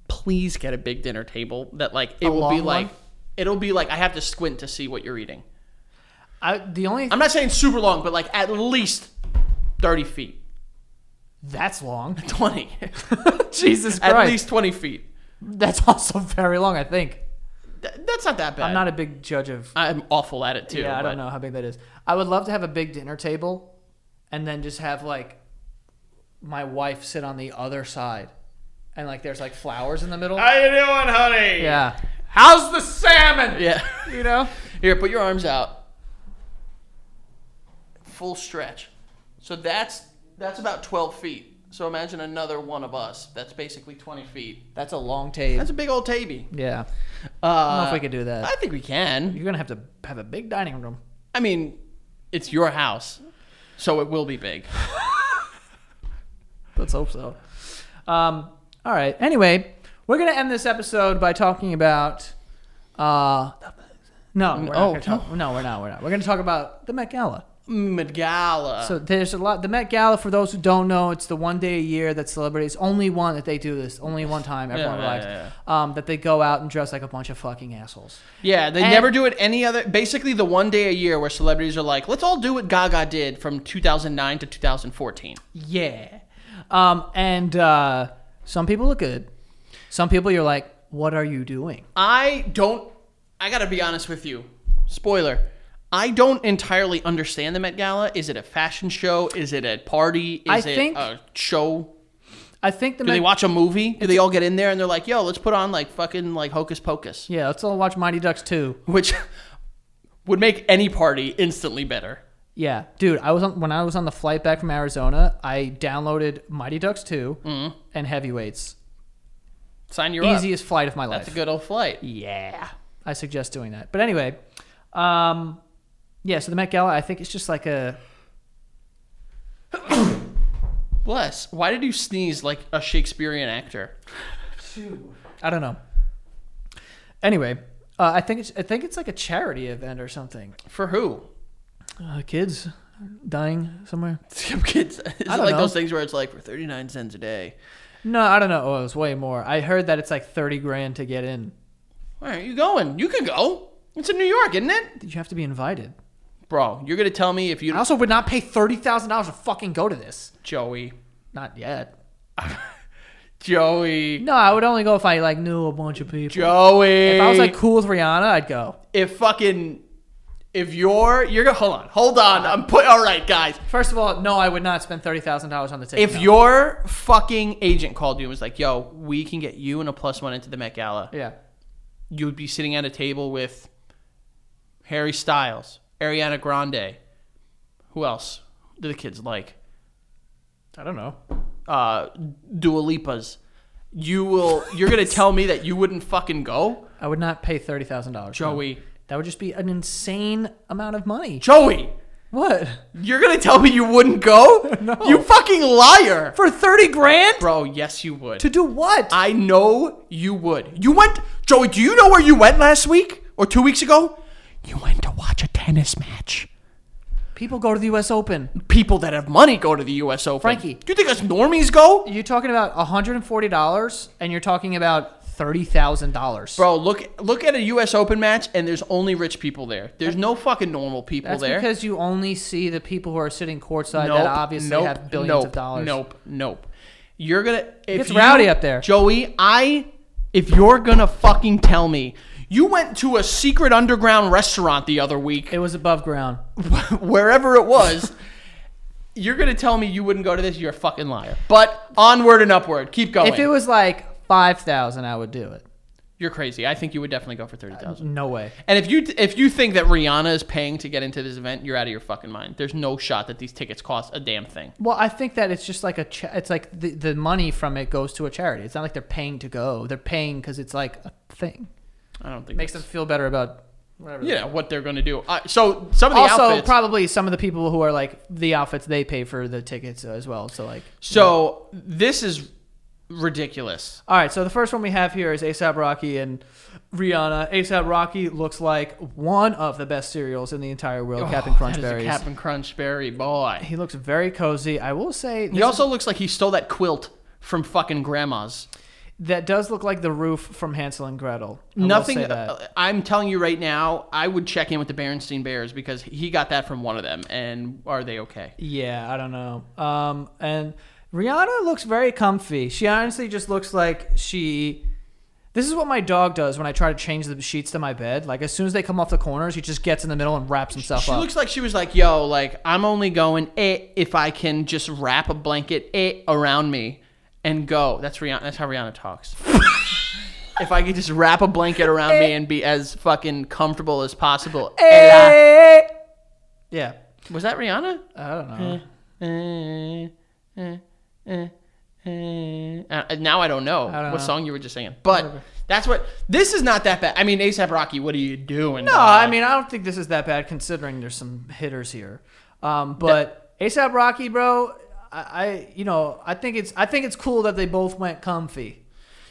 Speaker 2: please get a big dinner table that like it will
Speaker 1: long
Speaker 2: be
Speaker 1: one?
Speaker 2: like it'll be like I have to squint to see what you're eating.
Speaker 1: I, the only
Speaker 2: I'm not saying super long, but like at least thirty feet,
Speaker 1: that's long
Speaker 2: twenty,
Speaker 1: jesus
Speaker 2: at
Speaker 1: christ
Speaker 2: least twenty feet.
Speaker 1: that's also very long i think
Speaker 2: Th- that's not that bad.
Speaker 1: i'm not a big judge of
Speaker 2: I'm awful at it too.
Speaker 1: yeah i
Speaker 2: but-
Speaker 1: don't know how big that is i would love to have a big dinner table and then just have like my wife sit on the other side and like there's like flowers in the middle
Speaker 2: How you doing, honey?
Speaker 1: yeah how's the salmon
Speaker 2: Yeah.
Speaker 1: you know
Speaker 2: Here, put your arms out. Full stretch. So that's that's about twelve feet. So imagine another one of us. That's basically 20 feet.
Speaker 1: That's a long tape.
Speaker 2: That's a big old taby.
Speaker 1: yeah.
Speaker 2: Uh,
Speaker 1: I don't know if we could do that.
Speaker 2: I think we can.
Speaker 1: You're gonna have to have a big dining room.
Speaker 2: I mean, it's your house, so it will be big.
Speaker 1: Let's hope so. Um, all right. Anyway, we're gonna end this episode by talking about. Uh, no, we're not
Speaker 2: Oh,
Speaker 1: gonna talk, no, we're not. We're not. We're gonna talk about the Met Gala.
Speaker 2: Megala.
Speaker 1: So there's a lot. The Met Gala, for those who don't know, it's the one day a year that celebrities only one that they do this only one time. Everyone
Speaker 2: yeah,
Speaker 1: likes
Speaker 2: yeah,
Speaker 1: Um, that they go out and dress like a bunch of fucking assholes.
Speaker 2: yeah, they
Speaker 1: and-
Speaker 2: never do it any other. Basically, the one day a year where celebrities are like, let's all do what Gaga did from 2009 to 2014.
Speaker 1: Yeah. Um, and uh, some people look good. Some people you're like, what are you doing?
Speaker 2: I don't. I gotta be honest with you. Spoiler. I don't entirely understand the Met Gala. Is it a fashion show? Is it a party? Is
Speaker 1: I
Speaker 2: it
Speaker 1: think-
Speaker 2: a show?
Speaker 1: I think the
Speaker 2: Do they
Speaker 1: Met-
Speaker 2: watch a movie? Do they all get in there and they're like, "Yo, let's put on like fucking like Hocus Pocus,"
Speaker 1: yeah, let's all watch Mighty Ducks two.
Speaker 2: which would make any party instantly better.
Speaker 1: Yeah, dude, I was on when I was on the flight back from Arizona. I downloaded Mighty Ducks 2
Speaker 2: Mm-hmm.
Speaker 1: and Heavyweights.
Speaker 2: Sign your up.
Speaker 1: Easiest flight of my life.
Speaker 2: That's a good old flight.
Speaker 1: yeah, I suggest doing that. But anyway, um, yeah. So the Met Gala, I think it's just like a
Speaker 2: Bless. Why did you sneeze like a Shakespearean actor?
Speaker 1: I don't know. Anyway, uh, I think it's I think it's like a charity event or something.
Speaker 2: For who?
Speaker 1: Uh, kids dying somewhere.
Speaker 2: Some kids. Is it
Speaker 1: don't
Speaker 2: like
Speaker 1: know.
Speaker 2: those things where it's like for thirty nine cents a day?
Speaker 1: No, I don't know. Oh, it was way more. I heard that it's like thirty grand to get in.
Speaker 2: Where are you going? You can go. It's in New York, isn't it?
Speaker 1: You have to be invited.
Speaker 2: Bro, you're gonna tell me if you
Speaker 1: I also would not pay thirty thousand dollars to fucking go to this.
Speaker 2: Joey.
Speaker 1: Not yet.
Speaker 2: Joey.
Speaker 1: No, I would only go if I like knew a bunch of people.
Speaker 2: Joey.
Speaker 1: If I was like cool with Rihanna, I'd go.
Speaker 2: if fucking if you're you're gonna hold on, hold on. I'm put all right, guys.
Speaker 1: First of all, no, I would not spend thirty thousand dollars on the ticket.
Speaker 2: If
Speaker 1: no.
Speaker 2: your fucking agent called you and was like, "Yo, we can get you and a plus one into the Met Gala,"
Speaker 1: yeah,
Speaker 2: you would be sitting at a table with Harry Styles, Ariana Grande. Who else do the kids like?
Speaker 1: I don't know.
Speaker 2: uh, Dua Lipa's. You will. You're gonna tell me that you wouldn't fucking go,
Speaker 1: I would not pay thirty thousand dollars.
Speaker 2: Joey?
Speaker 1: that would just be an insane amount of money.
Speaker 2: Joey,
Speaker 1: What
Speaker 2: you're gonna tell me you wouldn't go?
Speaker 1: No.
Speaker 2: You fucking liar,
Speaker 1: for thirty grand
Speaker 2: bro. Yes, you would.
Speaker 1: to do what?
Speaker 2: I know you would. You went, Joey. Do you know where you went last week or two weeks ago? You went to watch a tennis match.
Speaker 1: People go to the U.S. Open.
Speaker 2: People that have money go to the U.S. Open.
Speaker 1: Frankie.
Speaker 2: do you think us normies go?
Speaker 1: You're talking about one hundred and forty dollars, and you're talking about thirty thousand dollars.
Speaker 2: Bro, look look at a U.S. Open match, and there's only rich people there. There's no fucking normal people
Speaker 1: That's
Speaker 2: there.
Speaker 1: because you only see the people who are sitting courtside that obviously have billions
Speaker 2: nope,
Speaker 1: of dollars.
Speaker 2: Nope, nope. You're gonna. If
Speaker 1: gets rowdy up there.
Speaker 2: Joey. I. If you're gonna fucking tell me you went to a secret underground restaurant the other week,
Speaker 1: It was above ground.
Speaker 2: wherever it was, you're gonna tell me you wouldn't go to this? You're a fucking liar. But onward and upward. Keep going.
Speaker 1: If it was like five thousand, I would do it.
Speaker 2: you're crazy. I think you would definitely go for thirty thousand.
Speaker 1: No way.
Speaker 2: And if you if you think that Rihanna is paying to get into this event, you're out of your fucking mind. There's no shot that these tickets cost a damn thing.
Speaker 1: Well, I think that it's just like a. Cha- it's like the the money from it goes to a charity. It's not like they're paying to go. They're paying because it's like a thing.
Speaker 2: I don't think
Speaker 1: Makes them
Speaker 2: it's-
Speaker 1: feel better about whatever.
Speaker 2: you know what they're going to do. Uh, so some of the
Speaker 1: also,
Speaker 2: outfits.
Speaker 1: probably some of the people who are like the outfits they pay for the tickets as well. So like,
Speaker 2: so this is ridiculous.
Speaker 1: all right. So the first one we have here is ASAP Rocky and Rihanna. ASAP Rocky looks like one of the best cereals in the entire world, Captain
Speaker 2: Oh, that
Speaker 1: Crunch
Speaker 2: is a
Speaker 1: Berries.
Speaker 2: Captain Crunch Berry boy.
Speaker 1: he looks very cozy. I will say
Speaker 2: He also looks like he stole that quilt from fucking grandma's.
Speaker 1: that does look like the roof from Hansel and Gretel. I will
Speaker 2: Nothing.
Speaker 1: say that.
Speaker 2: uh, I'm telling you right now, I would check in with the Berenstein Bears because he got that from one of them. And are they okay?
Speaker 1: Yeah, I don't know. Um, and Rihanna looks very comfy. She honestly just looks like she. This is what my dog does when I try to change the sheets to my bed. Like as soon as they come off the corners, he just gets in the middle and wraps himself
Speaker 2: She
Speaker 1: up.
Speaker 2: looks like she was like, "Yo, like I'm only going eh, if I can just wrap a blanket eh, around me and go." That's Rihanna. That's how Rihanna talks. if I could just wrap a blanket around
Speaker 1: Eh.
Speaker 2: me and be as fucking comfortable as possible. Eh.
Speaker 1: Eh. yeah,
Speaker 2: Was that Rihanna? uh,
Speaker 1: I don't know.
Speaker 2: Eh, eh, eh. Eh, uh, now I don't know
Speaker 1: don't
Speaker 2: what
Speaker 1: know.
Speaker 2: song you were just singing, but that's what this is not that bad. I mean, ASAP Rocky, what are you doing?
Speaker 1: No, I mean I don't think this is that bad considering there's some hitters here. Um, but ASAP Rocky, bro, I, I you know I think it's I think it's cool that they both went comfy.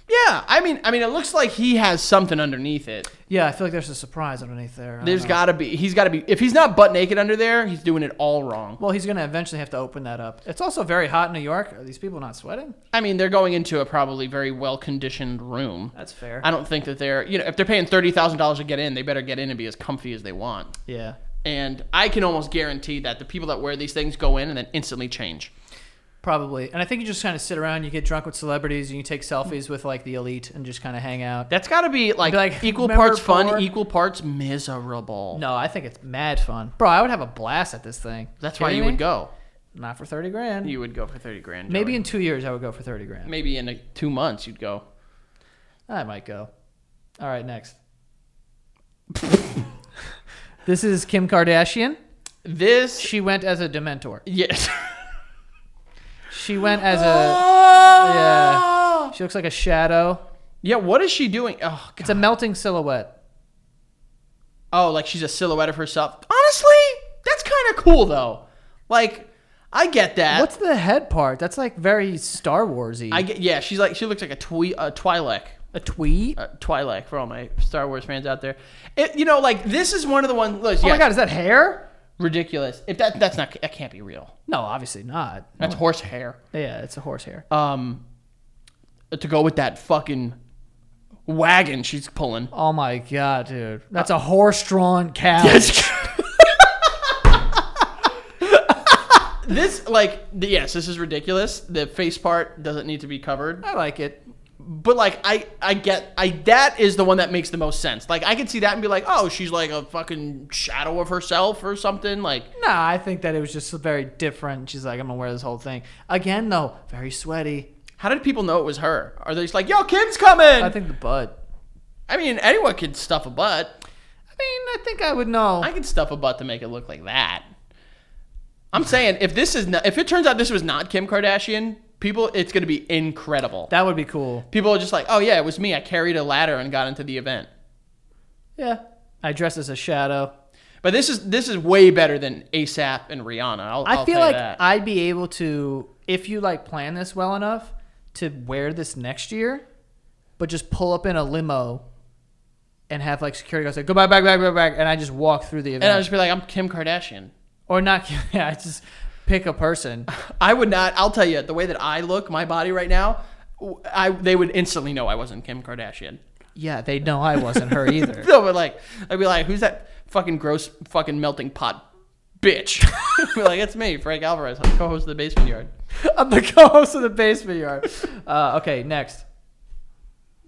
Speaker 2: yeah, I mean, I mean, it looks like he has something underneath it.
Speaker 1: Yeah, I feel like there's a surprise underneath there. I
Speaker 2: There's
Speaker 1: don't know.
Speaker 2: gotta be, he's gotta be. If he's not butt naked under there, he's doing it all wrong.
Speaker 1: well, he's gonna eventually have to open that up. It's also very hot in New York. Are these people not sweating?
Speaker 2: I mean, they're going into a probably very well conditioned room.
Speaker 1: That's fair.
Speaker 2: I don't think that they're, you know, if they're paying thirty thousand dollars to get in, they better get in and be as comfy as they want.
Speaker 1: yeah.
Speaker 2: And I can almost guarantee that the people that wear these things go in and then instantly change.
Speaker 1: Probably. And I think you just kind of sit around, you get drunk with celebrities, and you take selfies with like the elite and just kind of hang out.
Speaker 2: That's got to be like,
Speaker 1: Be like,
Speaker 2: equal
Speaker 1: "Remember
Speaker 2: parts fun,
Speaker 1: before?"
Speaker 2: equal parts miserable.
Speaker 1: No, I think it's mad fun. Bro, I would have a blast at this thing.
Speaker 2: that's why
Speaker 1: Kidding
Speaker 2: you
Speaker 1: me?
Speaker 2: would go.
Speaker 1: Not for 30 grand.
Speaker 2: You would go for thirty grand.
Speaker 1: Maybe
Speaker 2: Joey.
Speaker 1: in two years I would go for 30 grand.
Speaker 2: maybe in like, two months you'd go.
Speaker 1: I might go. All right, next. this is Kim Kardashian.
Speaker 2: This
Speaker 1: She went as a Dementor.
Speaker 2: yes.
Speaker 1: She went as a.
Speaker 2: yeah.
Speaker 1: She looks like a shadow.
Speaker 2: Yeah. What is she doing? Oh, God.
Speaker 1: It's a melting silhouette.
Speaker 2: oh, like she's a silhouette of herself. Honestly, that's kind of cool though. Like, I get that.
Speaker 1: What's the head part? That's like very Star Warsy.
Speaker 2: I get, yeah, she's like she looks like a twi- a Twi'lek,
Speaker 1: a tweet.
Speaker 2: uh, Twi'lek for all my Star Wars fans out there. It, you know, like this is one of the ones. Look,
Speaker 1: Oh
Speaker 2: yeah,
Speaker 1: my god, is that hair?
Speaker 2: ridiculous! If that that's not that can't be real.
Speaker 1: No, obviously not.
Speaker 2: That's horse hair.
Speaker 1: Yeah, it's a horse hair.
Speaker 2: Um, to go with that fucking wagon she's pulling.
Speaker 1: Oh my god, dude. That's a horse-drawn cow.
Speaker 2: this like th- yes, this is ridiculous. The face part doesn't need to be covered.
Speaker 1: I like it.
Speaker 2: But like I I get I that is the one that makes the most sense. Like I could see that and be like, "Oh, she's like a fucking shadow of herself or something." Like
Speaker 1: Nah, I think that it was just very different. She's like, I'm gonna wear this whole thing. Again, though, very sweaty.
Speaker 2: how did people know it was her? Are they just like, "Yo, Kim's coming?"
Speaker 1: I think the butt.
Speaker 2: I mean, anyone could stuff a butt.
Speaker 1: I mean, I think I would know.
Speaker 2: I could stuff a butt to make it look like that. I'm saying if this is not, if it turns out this was not Kim Kardashian, people it's going to be incredible.
Speaker 1: that would be cool.
Speaker 2: people are just like, "Oh yeah, it was me. I carried a ladder and got into the event."
Speaker 1: Yeah. I dress as a shadow.
Speaker 2: But this is this is way better than ASAP and Rihanna. I'll,
Speaker 1: I
Speaker 2: I'll
Speaker 1: feel
Speaker 2: tell you
Speaker 1: like
Speaker 2: that.
Speaker 1: I'd be able to, if you like plan this well enough, to wear this next year, but just pull up in a limo and have like security guys say, go back, back, back, back, back. And I just walk through the
Speaker 2: and I'll
Speaker 1: event.
Speaker 2: just be like, "I'm Kim Kardashian."
Speaker 1: or not, yeah, I just pick a person.
Speaker 2: I would not. I'll tell you the way that I look, my body right now. w- I they would instantly know I wasn't Kim Kardashian.
Speaker 1: Yeah, they know I wasn't her either.
Speaker 2: They would like, I'd be like, "Who's that fucking gross fucking melting pot bitch?" be like, "It's me, Frank Alvarez, co-host of the Basement Yard."
Speaker 1: I'm the co host of the basement yard. Uh, okay, next.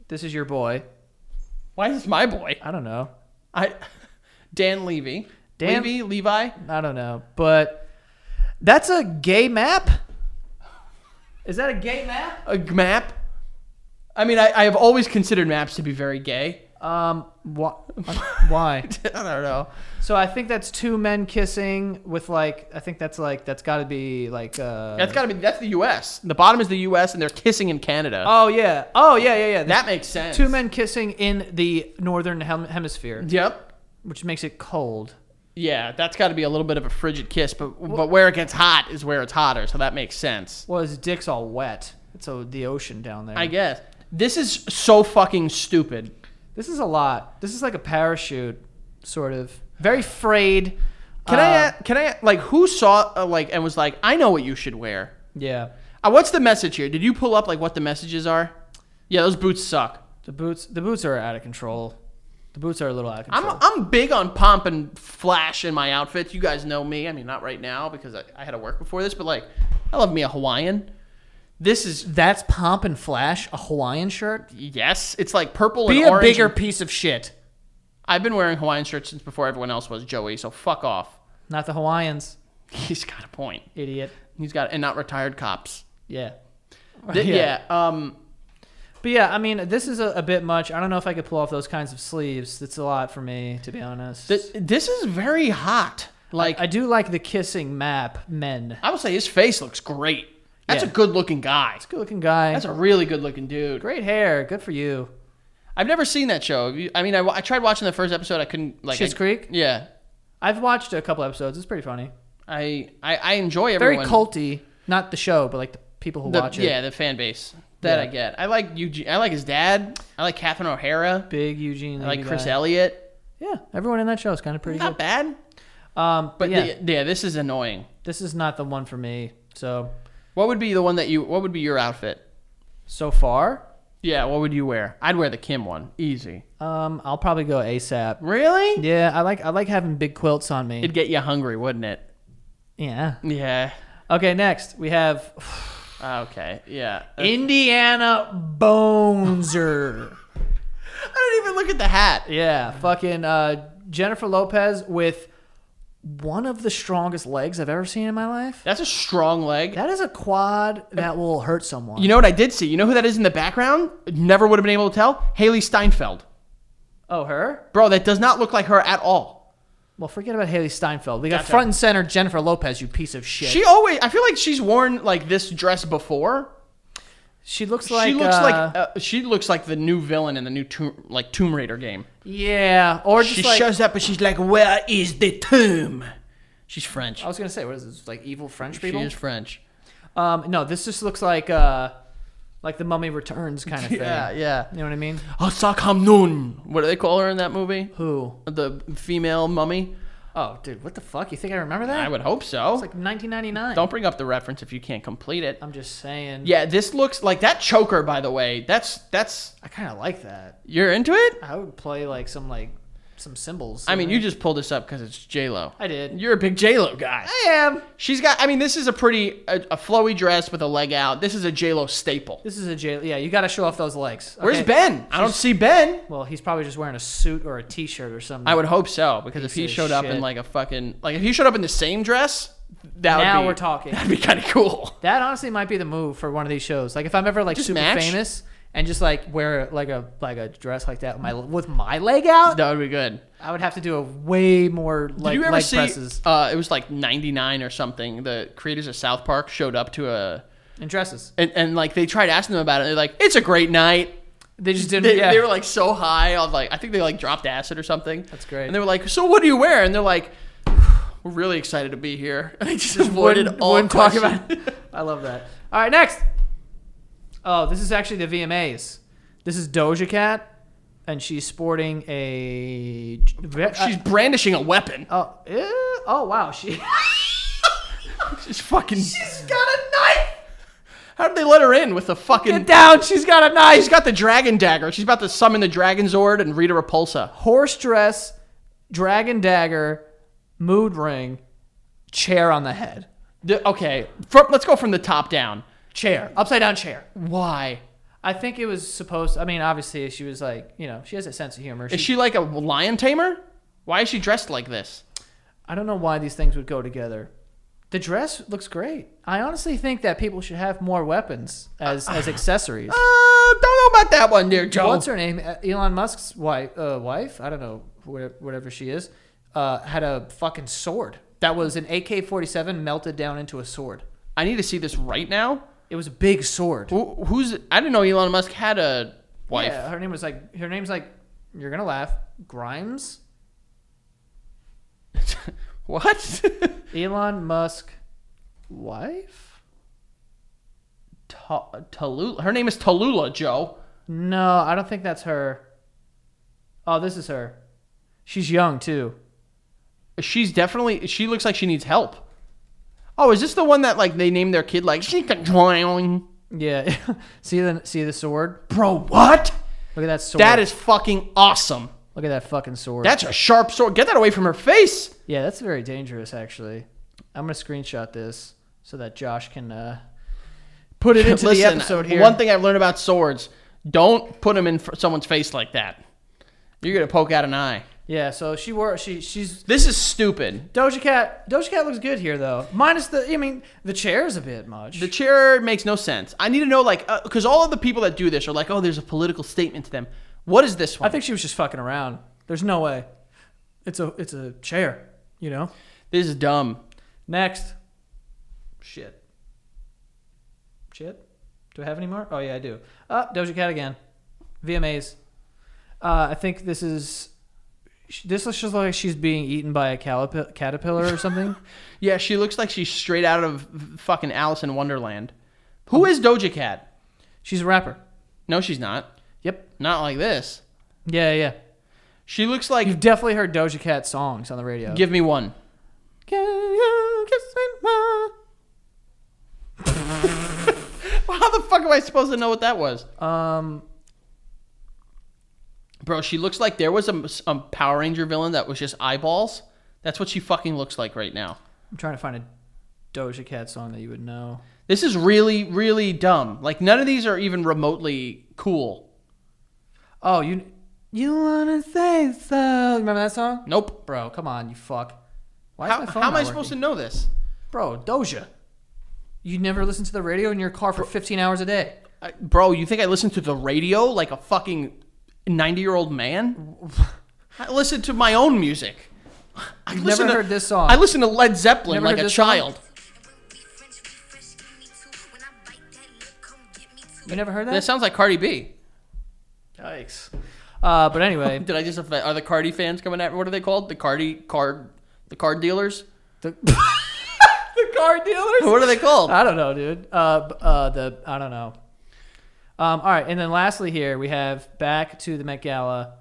Speaker 1: This is your boy.
Speaker 2: Why is this my boy?
Speaker 1: I don't know.
Speaker 2: I Dan Levy.
Speaker 1: Dan-
Speaker 2: Levy Levi.
Speaker 1: I don't know, but that's a gay map. Is that a gay map?
Speaker 2: a g- map. I mean, I, I have always considered maps to be very gay.
Speaker 1: Um, wh- why?
Speaker 2: I don't know.
Speaker 1: So I think that's two men kissing with like I think that's like that's got to be like uh.
Speaker 2: That's got to be that's the U.S. The bottom is the U.S. and they're kissing in Canada.
Speaker 1: oh yeah. Oh yeah yeah yeah.
Speaker 2: that makes sense.
Speaker 1: two men kissing in the northern hem- hemisphere,
Speaker 2: Yep.
Speaker 1: which makes it cold.
Speaker 2: Yeah, that's got to be a little bit of a frigid kiss, but but where it gets hot is where it's hotter, so that makes sense.
Speaker 1: Well, his dick's all wet. It's uh, the ocean down there.
Speaker 2: I guess this is so fucking stupid.
Speaker 1: This is a lot. This is like a parachute, sort of. Very frayed.
Speaker 2: Can
Speaker 1: uh,
Speaker 2: I a- can I a- like who saw uh, like and was like I know what you should wear.
Speaker 1: Yeah.
Speaker 2: Uh, what's the message here? Did you pull up like what the messages are? Yeah, those boots suck.
Speaker 1: The boots. The boots are out of control. The boots are a little out of
Speaker 2: I'm,
Speaker 1: control.
Speaker 2: I'm big on pomp and flash in my outfits. You guys know me. I mean, not right now because I, I had to work before this, but like, I love me a Hawaiian. This is
Speaker 1: That's pomp and flash. A Hawaiian shirt.
Speaker 2: yes, it's like purple
Speaker 1: Be
Speaker 2: and
Speaker 1: a
Speaker 2: orange.
Speaker 1: bigger piece of shit.
Speaker 2: I've been wearing Hawaiian shirts since before everyone else was Joey. So fuck off.
Speaker 1: Not the Hawaiians,
Speaker 2: He's got a point.
Speaker 1: idiot.
Speaker 2: He's got and not retired cops.
Speaker 1: Yeah.
Speaker 2: Th-
Speaker 1: Yeah.
Speaker 2: yeah. Um.
Speaker 1: But yeah, I mean, this is a, a bit much. I don't know if I could pull off those kinds of sleeves. That's a lot for me, to be honest.
Speaker 2: Th- this is very hot. Like I,
Speaker 1: I do like the kissing map men.
Speaker 2: would say, his face looks great. That's
Speaker 1: Yeah.
Speaker 2: a good looking guy.
Speaker 1: Good looking guy.
Speaker 2: That's a really good looking dude.
Speaker 1: great hair. Good for you.
Speaker 2: I've never seen that show. Have you- I mean, I, wa- I tried watching the first episode. I couldn't like.
Speaker 1: Schitt's
Speaker 2: I-
Speaker 1: Creek?
Speaker 2: Yeah,
Speaker 1: I've watched a couple episodes. It's pretty funny.
Speaker 2: I I, I enjoy
Speaker 1: Very
Speaker 2: everyone.
Speaker 1: culty. Not the show, but like the people who
Speaker 2: The-
Speaker 1: watch it.
Speaker 2: Yeah, the fan base that
Speaker 1: Yeah.
Speaker 2: I get. I like Eugene. I like his dad. I like Catherine O'Hara.
Speaker 1: Big Eugene.
Speaker 2: I like
Speaker 1: Levy
Speaker 2: Chris
Speaker 1: guy.
Speaker 2: Elliott.
Speaker 1: Yeah, everyone in that show is kind of pretty
Speaker 2: Not bad.
Speaker 1: good. Um,
Speaker 2: But
Speaker 1: but yeah,
Speaker 2: the- yeah, this is annoying.
Speaker 1: this is not the one for me. So
Speaker 2: What would be the one that you? What would be your outfit?
Speaker 1: so far,
Speaker 2: Yeah, what would you wear? I'd wear the Kim one. Easy.
Speaker 1: um, I'll probably go ASAP.
Speaker 2: Really?
Speaker 1: Yeah, I like I like having big quilts on me.
Speaker 2: It'd get you hungry, wouldn't it?
Speaker 1: yeah.
Speaker 2: Yeah. Ah,
Speaker 1: Okay, next we have
Speaker 2: Okay. Yeah.
Speaker 1: Indiana Boneser.
Speaker 2: I didn't even look at the hat.
Speaker 1: yeah, fucking uh, Jennifer Lopez with one of the strongest legs I've ever seen in my life.
Speaker 2: That's a strong leg.
Speaker 1: That is a quad that will hurt someone.
Speaker 2: You know what I did see? You know who that is in the background? Never would have been able to tell. Haley Steinfeld.
Speaker 1: oh, her?
Speaker 2: Bro, that does not look like her at all.
Speaker 1: Well, forget about Haley Steinfeld. We got
Speaker 2: Gotcha.
Speaker 1: front and center Jennifer Lopez. You piece of shit.
Speaker 2: She always. I feel like she's worn like this dress before.
Speaker 1: She looks like
Speaker 2: she looks
Speaker 1: uh,
Speaker 2: like uh, she looks like the new villain in the new tomb, like Tomb Raider game.
Speaker 1: yeah, or just
Speaker 2: She
Speaker 1: like
Speaker 2: shows up and she's like, "Where is the tomb?" She's French.
Speaker 1: I was gonna say, what is this like evil French
Speaker 2: She
Speaker 1: Oh, people?
Speaker 2: is French.
Speaker 1: Um, no, this just looks like uh, like the Mummy Returns kind of thing.
Speaker 2: Yeah,
Speaker 1: You
Speaker 2: yeah.
Speaker 1: know what I mean?
Speaker 2: Asak Hamnun. What do they call her in that movie?
Speaker 1: Who?
Speaker 2: The female mummy.
Speaker 1: Oh, dude, what the fuck? You think I remember that?
Speaker 2: I would hope so.
Speaker 1: It's like 1999.
Speaker 2: Don't bring up the reference if you can't complete it.
Speaker 1: I'm just saying.
Speaker 2: Yeah, this looks like that choker. By the way, that's that's
Speaker 1: I kind of like that.
Speaker 2: you're into it.
Speaker 1: I would play like some like some symbols.
Speaker 2: I mean, you just pulled this up because it's J Lo.
Speaker 1: I did.
Speaker 2: You're a big J Lo guy.
Speaker 1: I am.
Speaker 2: She's got. I mean, this is a pretty a, a flowy dress with a leg out. This is a J Lo staple.
Speaker 1: This is a J. Yeah, you got to show off those legs.
Speaker 2: Where's
Speaker 1: Okay.
Speaker 2: Ben? I don't see Ben.
Speaker 1: Well, he's probably just wearing a suit or a t-shirt or something.
Speaker 2: I would hope so because if
Speaker 1: Piece
Speaker 2: he
Speaker 1: of
Speaker 2: showed up in
Speaker 1: shit.
Speaker 2: like a fucking like if he showed up in the same dress, that would
Speaker 1: Now
Speaker 2: be-
Speaker 1: we're talking.
Speaker 2: That'd be kind of cool.
Speaker 1: That honestly might be the move for one of these shows. Like if I'm ever like
Speaker 2: Just
Speaker 1: super
Speaker 2: match.
Speaker 1: famous and just like wear like a like a dress like that with my with my leg out,
Speaker 2: That would be good.
Speaker 1: I would have to do a way more like
Speaker 2: Did you ever
Speaker 1: leg
Speaker 2: see?
Speaker 1: presses
Speaker 2: Uh, it was like '99 or something. The creators of South Park showed up to a
Speaker 1: and dresses.
Speaker 2: and, and like they tried asking them about it. and They're like, "It's a great night."
Speaker 1: They just didn't.
Speaker 2: They,
Speaker 1: yeah.
Speaker 2: they were like so high on like I think they like dropped acid or something.
Speaker 1: That's great.
Speaker 2: And they were like, "So what do you wear?" And they're like, "We're really excited to be here." And they just, avoided
Speaker 1: Wouldn't-
Speaker 2: all
Speaker 1: wouldn't
Speaker 2: talking
Speaker 1: it. I love that. All right, next. Oh, this is actually the VMAs. This is Doja Cat, and she's sporting a.
Speaker 2: She's brandishing a weapon.
Speaker 1: oh, eh, oh wow, she.
Speaker 2: She's fucking.
Speaker 1: she's got a knife.
Speaker 2: How did they let her in with the
Speaker 1: Get
Speaker 2: fucking?
Speaker 1: down! She's got a knife.
Speaker 2: She's got the dragon dagger. She's about to summon the dragon zord and Rita Repulsa.
Speaker 1: horse dress, dragon dagger, mood ring, chair on the head.
Speaker 2: The- okay, from, let's go from the top down.
Speaker 1: Chair. Upside down chair.
Speaker 2: Why
Speaker 1: I think it was supposed I mean, obviously she was like, you know, she has a sense of humor.
Speaker 2: is she like a lion tamer? Why is she dressed like this?
Speaker 1: I don't know why these things would go together. The dress looks great. I honestly think that people should have more weapons as as accessories.
Speaker 2: Uh, don't know about that one, dear Joe.
Speaker 1: What's her name? Uh, Elon Musk's wife, uh, wife, I don't know, whatever, whatever she is, uh, had a fucking sword that was an AK-47 melted down into a sword.
Speaker 2: I need to see this right now.
Speaker 1: It was a big sword.
Speaker 2: Who, who's? I didn't know Elon Musk had a wife.
Speaker 1: Yeah, her name was like her name's like you're gonna laugh. Grimes,
Speaker 2: What?
Speaker 1: Elon Musk, wife.
Speaker 2: Ta- Tallulah. Her name is Tallulah, Joe.
Speaker 1: No, I don't think that's her. Oh, this is her. She's young too.
Speaker 2: She's definitely. She looks like she needs help. Oh, is this the one that like they named their kid like she can drown?
Speaker 1: Yeah, see the see the sword.
Speaker 2: Bro, what?
Speaker 1: Look at that sword.
Speaker 2: That is fucking awesome.
Speaker 1: Look at that fucking sword.
Speaker 2: That's a sharp sword. Get that away from her face.
Speaker 1: yeah, that's very dangerous actually. I'm gonna screenshot this so that Josh can uh, put it into the
Speaker 2: Listen,
Speaker 1: episode here.
Speaker 2: One thing I've learned about swords: don't put them in fr- someone's face like that. You're gonna poke out an eye.
Speaker 1: Yeah, so she wore she she's
Speaker 2: This is stupid.
Speaker 1: Doja Cat. Doja Cat looks good here though. Minus the I mean the chair is a bit much.
Speaker 2: The chair makes no sense. I need to know, like, because all of the people that do this are like, oh, there's a political statement to them. What is this one?
Speaker 1: I think she was just fucking around. There's no way. It's a it's a chair, you know.
Speaker 2: this is dumb.
Speaker 1: Next,
Speaker 2: Shit.
Speaker 1: Shit. Do I have any more? Oh yeah, I do. Uh, Doja Cat again. VMAs. Uh, I think this is. sh- This looks just like she's being eaten by a calip- caterpillar or something.
Speaker 2: Yeah, she looks like she's straight out of fucking Alice in Wonderland. Who is Doja Cat?
Speaker 1: she's a rapper.
Speaker 2: No, she's not.
Speaker 1: Yep.
Speaker 2: Not like this.
Speaker 1: Yeah, yeah.
Speaker 2: She looks like.
Speaker 1: You've definitely heard Doja Cat songs on the radio.
Speaker 2: Give me one.
Speaker 1: Can you kiss me more?
Speaker 2: How the fuck am I supposed to know what that was?
Speaker 1: Um,
Speaker 2: Bro, she looks like there was a, a Power Ranger villain that was just eyeballs. That's what she fucking looks like right now.
Speaker 1: I'm trying to find a Doja Cat song that you would know.
Speaker 2: This is really, really dumb. Like, none of these are even remotely cool.
Speaker 1: Oh, you you wanna say so? Remember that song?
Speaker 2: Nope.
Speaker 1: Bro, come on, you fuck. Why
Speaker 2: How, how am I supposed to know this?
Speaker 1: Bro, Doja. You never listen to the radio in your car for 15 hours a day.
Speaker 2: I, bro, you think I listen to the radio like a fucking 90 year old man? I listen to my own music. I
Speaker 1: You've
Speaker 2: listen
Speaker 1: never
Speaker 2: to-
Speaker 1: heard this song.
Speaker 2: I listen to Led Zeppelin
Speaker 1: Never
Speaker 2: like
Speaker 1: heard
Speaker 2: a
Speaker 1: this song?
Speaker 2: child.
Speaker 1: You never heard
Speaker 2: That
Speaker 1: that?
Speaker 2: sounds like Cardi B.
Speaker 1: Yikes. Uh, but anyway,
Speaker 2: Did I just offend? Are the Cardi fans coming at me? What are they called? The Cardi card, the card dealers.
Speaker 1: the, the car dealers.
Speaker 2: What are they called?
Speaker 1: I don't know, dude. Uh, b- uh, the I don't know. Um, all right, and then lastly, here we have back to the Met Gala.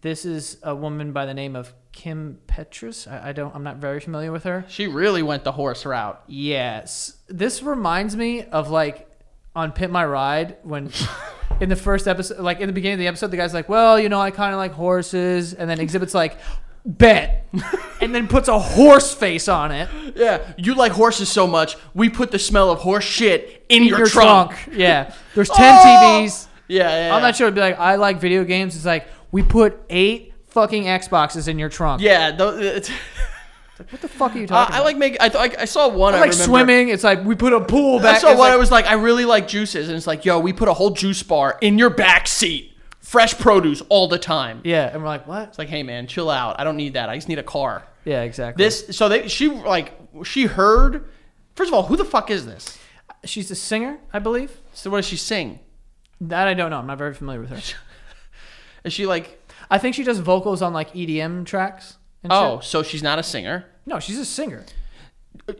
Speaker 1: This is a woman by the name of Kim Petras. I, I don't. I'm not very familiar with her.
Speaker 2: She really went the horse route.
Speaker 1: Yes, this reminds me of like on Pit My Ride when. In the first episode, like in the beginning of the episode, the guy's like, "Well, you know, I kind of like horses," and then Exhibit's like, "Bet," and then puts a horse face on it.
Speaker 2: Yeah, you like horses so much. We put the smell of horse shit in, your,
Speaker 1: Your
Speaker 2: trunk.
Speaker 1: trunk, yeah. There's ten
Speaker 2: Oh!
Speaker 1: TVs.
Speaker 2: Yeah, yeah,
Speaker 1: I'm
Speaker 2: yeah.
Speaker 1: not sure. It'd be like, I like video games. It's like, we put eight fucking Xboxes in your trunk.
Speaker 2: Yeah, tho- it's-
Speaker 1: What the fuck are you
Speaker 2: I,
Speaker 1: talking
Speaker 2: I
Speaker 1: about?
Speaker 2: like make. I, th- I saw one. I,
Speaker 1: I like
Speaker 2: remember.
Speaker 1: swimming. It's like, we put a pool back.
Speaker 2: I saw
Speaker 1: it's
Speaker 2: one. I
Speaker 1: like-
Speaker 2: was like, I really like juices, and it's like, yo, we put a whole juice bar in your back seat. Fresh produce all the time.
Speaker 1: yeah. And we're like, what?
Speaker 2: It's like, hey man, chill out. I don't need that. I just need a car.
Speaker 1: Yeah, exactly.
Speaker 2: This. So they. She like. She heard. First of all, who the fuck is this?
Speaker 1: She's a singer, I believe.
Speaker 2: So what does she sing?
Speaker 1: That I don't know. I'm not very familiar with her.
Speaker 2: Is she like?
Speaker 1: I think she does vocals on like EDM tracks. And
Speaker 2: Oh,
Speaker 1: shit.
Speaker 2: so she's not a singer.
Speaker 1: No, she's a singer.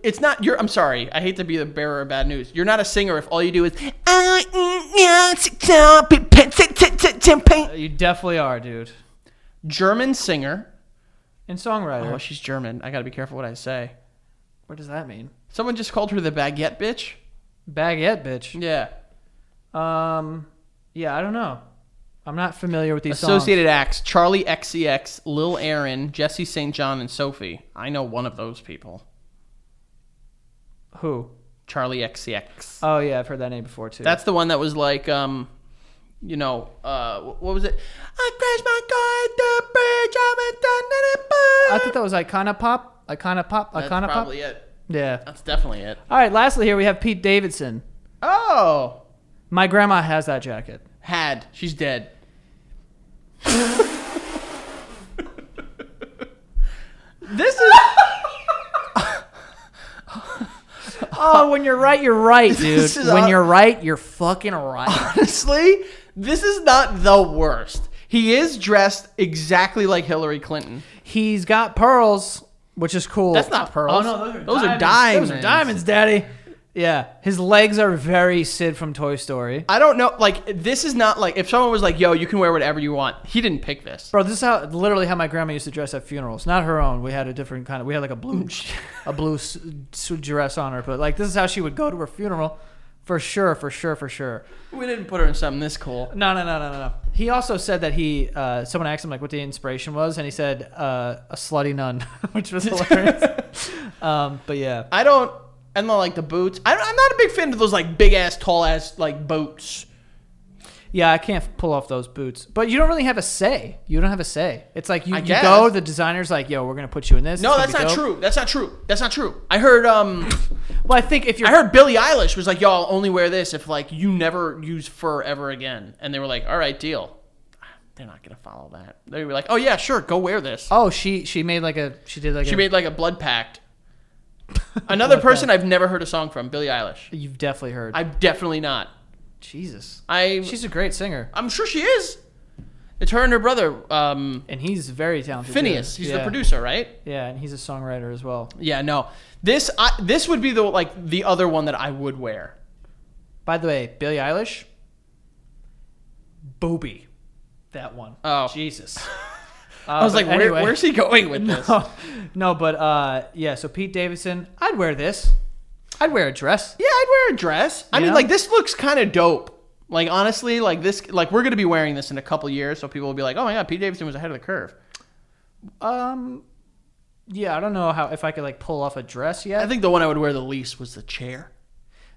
Speaker 2: It's not you're I'm sorry. I hate to be the bearer of bad news. You're not a singer if all you do is "Ah, mm, "I eat nuts, top it, pet, tit, tit, tit, tin paint."
Speaker 1: You definitely are, dude.
Speaker 2: German singer.
Speaker 1: And
Speaker 2: Oh,
Speaker 1: songwriter.
Speaker 2: she's German. I got to be careful what I say.
Speaker 1: what does that mean?
Speaker 2: Someone just called her the baguette bitch.
Speaker 1: Baguette, bitch.
Speaker 2: Yeah.
Speaker 1: Um, yeah, I don't know. I'm not familiar with these
Speaker 2: Associated acts: Charlie XCX, Lil Aaron, Jesse St. John, and Sophie. I know one of those people.
Speaker 1: songs. Who?
Speaker 2: Charlie XCX.
Speaker 1: Oh yeah, I've heard that name before too.
Speaker 2: That's the one that was like, um, you know, uh, wh- what was it? I crashed my car at the bridge. I went down to the bridge.
Speaker 1: I thought that was Icona Pop. Icona Pop.
Speaker 2: That's
Speaker 1: Icona Pop.
Speaker 2: probably it.
Speaker 1: Yeah.
Speaker 2: That's definitely it.
Speaker 1: All right. Lastly, here we have Pete Davidson.
Speaker 2: Oh,
Speaker 1: My grandma has that jacket.
Speaker 2: had she's dead. this is
Speaker 1: Oh, when you're right, you're right, dude.
Speaker 2: This is
Speaker 1: when
Speaker 2: hon-
Speaker 1: you're right, you're fucking right.
Speaker 2: honestly, this is not the worst. He is dressed exactly like Hillary Clinton.
Speaker 1: He's got pearls, which is cool.
Speaker 2: That's not pearls.
Speaker 1: Oh no, those are
Speaker 2: Those
Speaker 1: diamonds. Those
Speaker 2: are diamonds.
Speaker 1: are diamonds, Daddy. Yeah, his legs are very Sid from Toy Story.
Speaker 2: I don't know. Like this is not like if someone was like, "Yo, you can wear whatever you want." He didn't pick this.
Speaker 1: Bro, this is how literally how my grandma used to dress at funerals. Not her own. We had a different kind of. We had like a blue, a blue s- s- dress on her. But like this is how she would go to her funeral, for sure, for sure, for sure.
Speaker 2: We didn't put her in something this cool.
Speaker 1: No, no, no, no, no, no. He also said that he. Uh, someone asked him like what the inspiration was, and he said uh, a slutty nun, which was hilarious. um, but yeah,
Speaker 2: I don't. I don't like the boots. I, I'm not a big fan of those like big ass, tall ass like boots.
Speaker 1: yeah, I can't pull off those boots. But you don't really have a say. You don't have a say. It's like you,
Speaker 2: I
Speaker 1: you
Speaker 2: guess.
Speaker 1: go. The designer's like, "Yo, we're gonna put you in this."
Speaker 2: No,
Speaker 1: it's
Speaker 2: that's
Speaker 1: gonna
Speaker 2: not
Speaker 1: be dope."
Speaker 2: true. That's not true. That's not true. I heard um
Speaker 1: Well, I think if you're
Speaker 2: I heard Billie Eilish was like, "Y'all only wear this if like you never use fur ever again," and they were like, "All right, deal." They're not gonna follow that. They were like, "Oh yeah, sure, go wear this."
Speaker 1: Oh, she she made like a she did like
Speaker 2: She
Speaker 1: a,
Speaker 2: made like a blood pact. Another
Speaker 1: Like
Speaker 2: person I've never heard a song from, Billie Eilish.
Speaker 1: You've definitely heard.
Speaker 2: I'm definitely not.
Speaker 1: Jesus.
Speaker 2: I
Speaker 1: She's a great singer,
Speaker 2: I'm sure she is. It's her and her brother, um,
Speaker 1: and he's very talented. too.
Speaker 2: Phineas. He's the
Speaker 1: Yeah.
Speaker 2: producer, right?
Speaker 1: Yeah, and he's a songwriter as well.
Speaker 2: Yeah, no. This I, this would be the like the other one that I would wear.
Speaker 1: By the way, Billie Eilish, booby, that one.
Speaker 2: Oh.
Speaker 1: Jesus. Uh,
Speaker 2: I was like, where, where's he going with this?
Speaker 1: No, no, but uh, yeah. So Pete Davidson, I'd wear this. I'd wear a dress.
Speaker 2: Yeah, I'd wear a dress. I mean,
Speaker 1: Yeah.
Speaker 2: like this looks kind of dope. Like honestly, like this, like we're gonna be wearing this in a couple years, so people will be like, "Oh my god, Pete Davidson was ahead of the curve."
Speaker 1: Um, yeah. I don't know how if I could like pull off a dress yet.
Speaker 2: I think the one I would wear the least was the chair.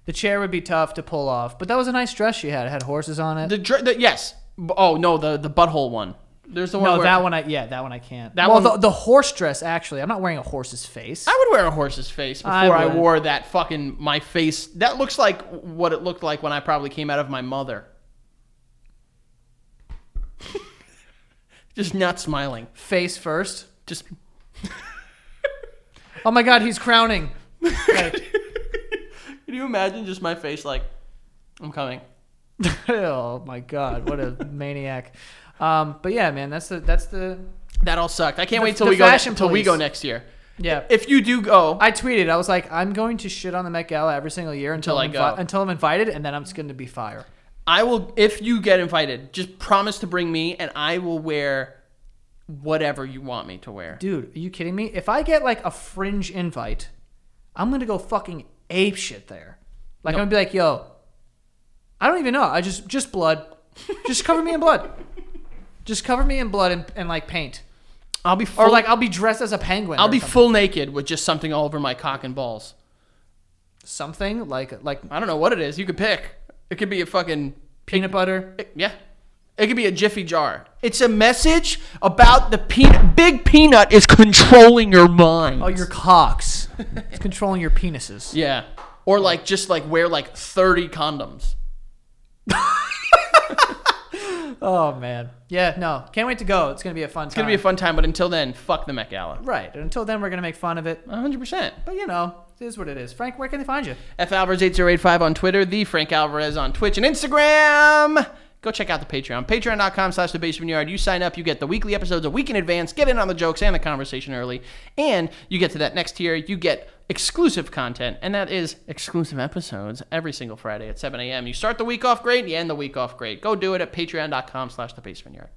Speaker 1: the chair would be tough to pull off, but that was a nice dress she had. It had horses on it.
Speaker 2: The, dr- the yes, B- oh no, the the butthole one. There's the one.
Speaker 1: no,
Speaker 2: where-
Speaker 1: that one I yeah, that one I can't.
Speaker 2: That
Speaker 1: well,
Speaker 2: one-
Speaker 1: the, the horse dress actually. I'm not wearing a horse's face.
Speaker 2: I would wear a horse's face before
Speaker 1: I
Speaker 2: I,
Speaker 1: would.
Speaker 2: wore that fucking my face. That looks like what it looked like when I probably came out of my mother. Just not smiling.
Speaker 1: Face first.
Speaker 2: Just
Speaker 1: Oh my God, he's crowning. Like,
Speaker 2: Can you imagine just my face like, I'm coming.
Speaker 1: oh my God, what a maniac. Um, but yeah, man, that's the that's the
Speaker 2: That all sucked. I can't
Speaker 1: The-
Speaker 2: wait till
Speaker 1: the
Speaker 2: we go
Speaker 1: fashion
Speaker 2: till we
Speaker 1: police.
Speaker 2: go next year.
Speaker 1: yeah.
Speaker 2: If you do go,
Speaker 1: I tweeted. I was like, I'm going to shit on the Met Gala every single year until,
Speaker 2: Until
Speaker 1: I'm
Speaker 2: I
Speaker 1: invi-
Speaker 2: go.
Speaker 1: until I'm invited, and then I'm just going to be fire.
Speaker 2: I will. If you get invited, just promise to bring me, and I will wear whatever you want me to wear.
Speaker 1: Dude, are you kidding me? If I get like a fringe invite, I'm gonna go fucking ape shit there. Like I'm gonna be like, yo, I don't even know. I just just blood. Just cover me in blood. Just cover me in blood and, and like paint.
Speaker 2: I'll be full,
Speaker 1: Or like I'll be dressed as a penguin.
Speaker 2: I'll
Speaker 1: or
Speaker 2: be
Speaker 1: something.
Speaker 2: full naked with just something all over my cock and balls.
Speaker 1: something like like
Speaker 2: I don't know what it is. You could pick. It could be a fucking
Speaker 1: peanut butter.
Speaker 2: it- yeah. It could be a jiffy jar. It's a message about the peanut. Big peanut is controlling your mind.
Speaker 1: Oh, your cocks. it's controlling your penises.
Speaker 2: Yeah. Or like just like wear like 30 condoms.
Speaker 1: Oh man. Yeah. No. Can't wait to go. It's gonna be a fun time.
Speaker 2: It's going to be a fun time, but until then, fuck the Met Gala.
Speaker 1: right. And until then, we're gonna make fun of it.
Speaker 2: 100%.
Speaker 1: But you know, it is what it is. Frank, where can they find you?
Speaker 2: F Alvarez 8085 on Twitter, the Frank Alvarez on Twitch and Instagram. Go check out the Patreon. Patreon.com slash the basement yard. You sign up, you get the weekly episodes a week in advance, get in on the jokes and the conversation early, and you get to that next tier. You get exclusive content, and that is exclusive episodes every single Friday at 7 a.m. You start the week off great, you end the week off great. Go do it at patreon.com slash the basement yard.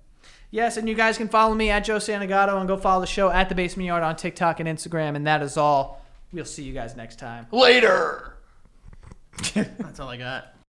Speaker 1: Yes, and you guys can follow me at Joe Santagato and go follow the show at the Basement Yard on TikTok and Instagram. And that is all. We'll see you guys next time.
Speaker 2: Later! That's all I got.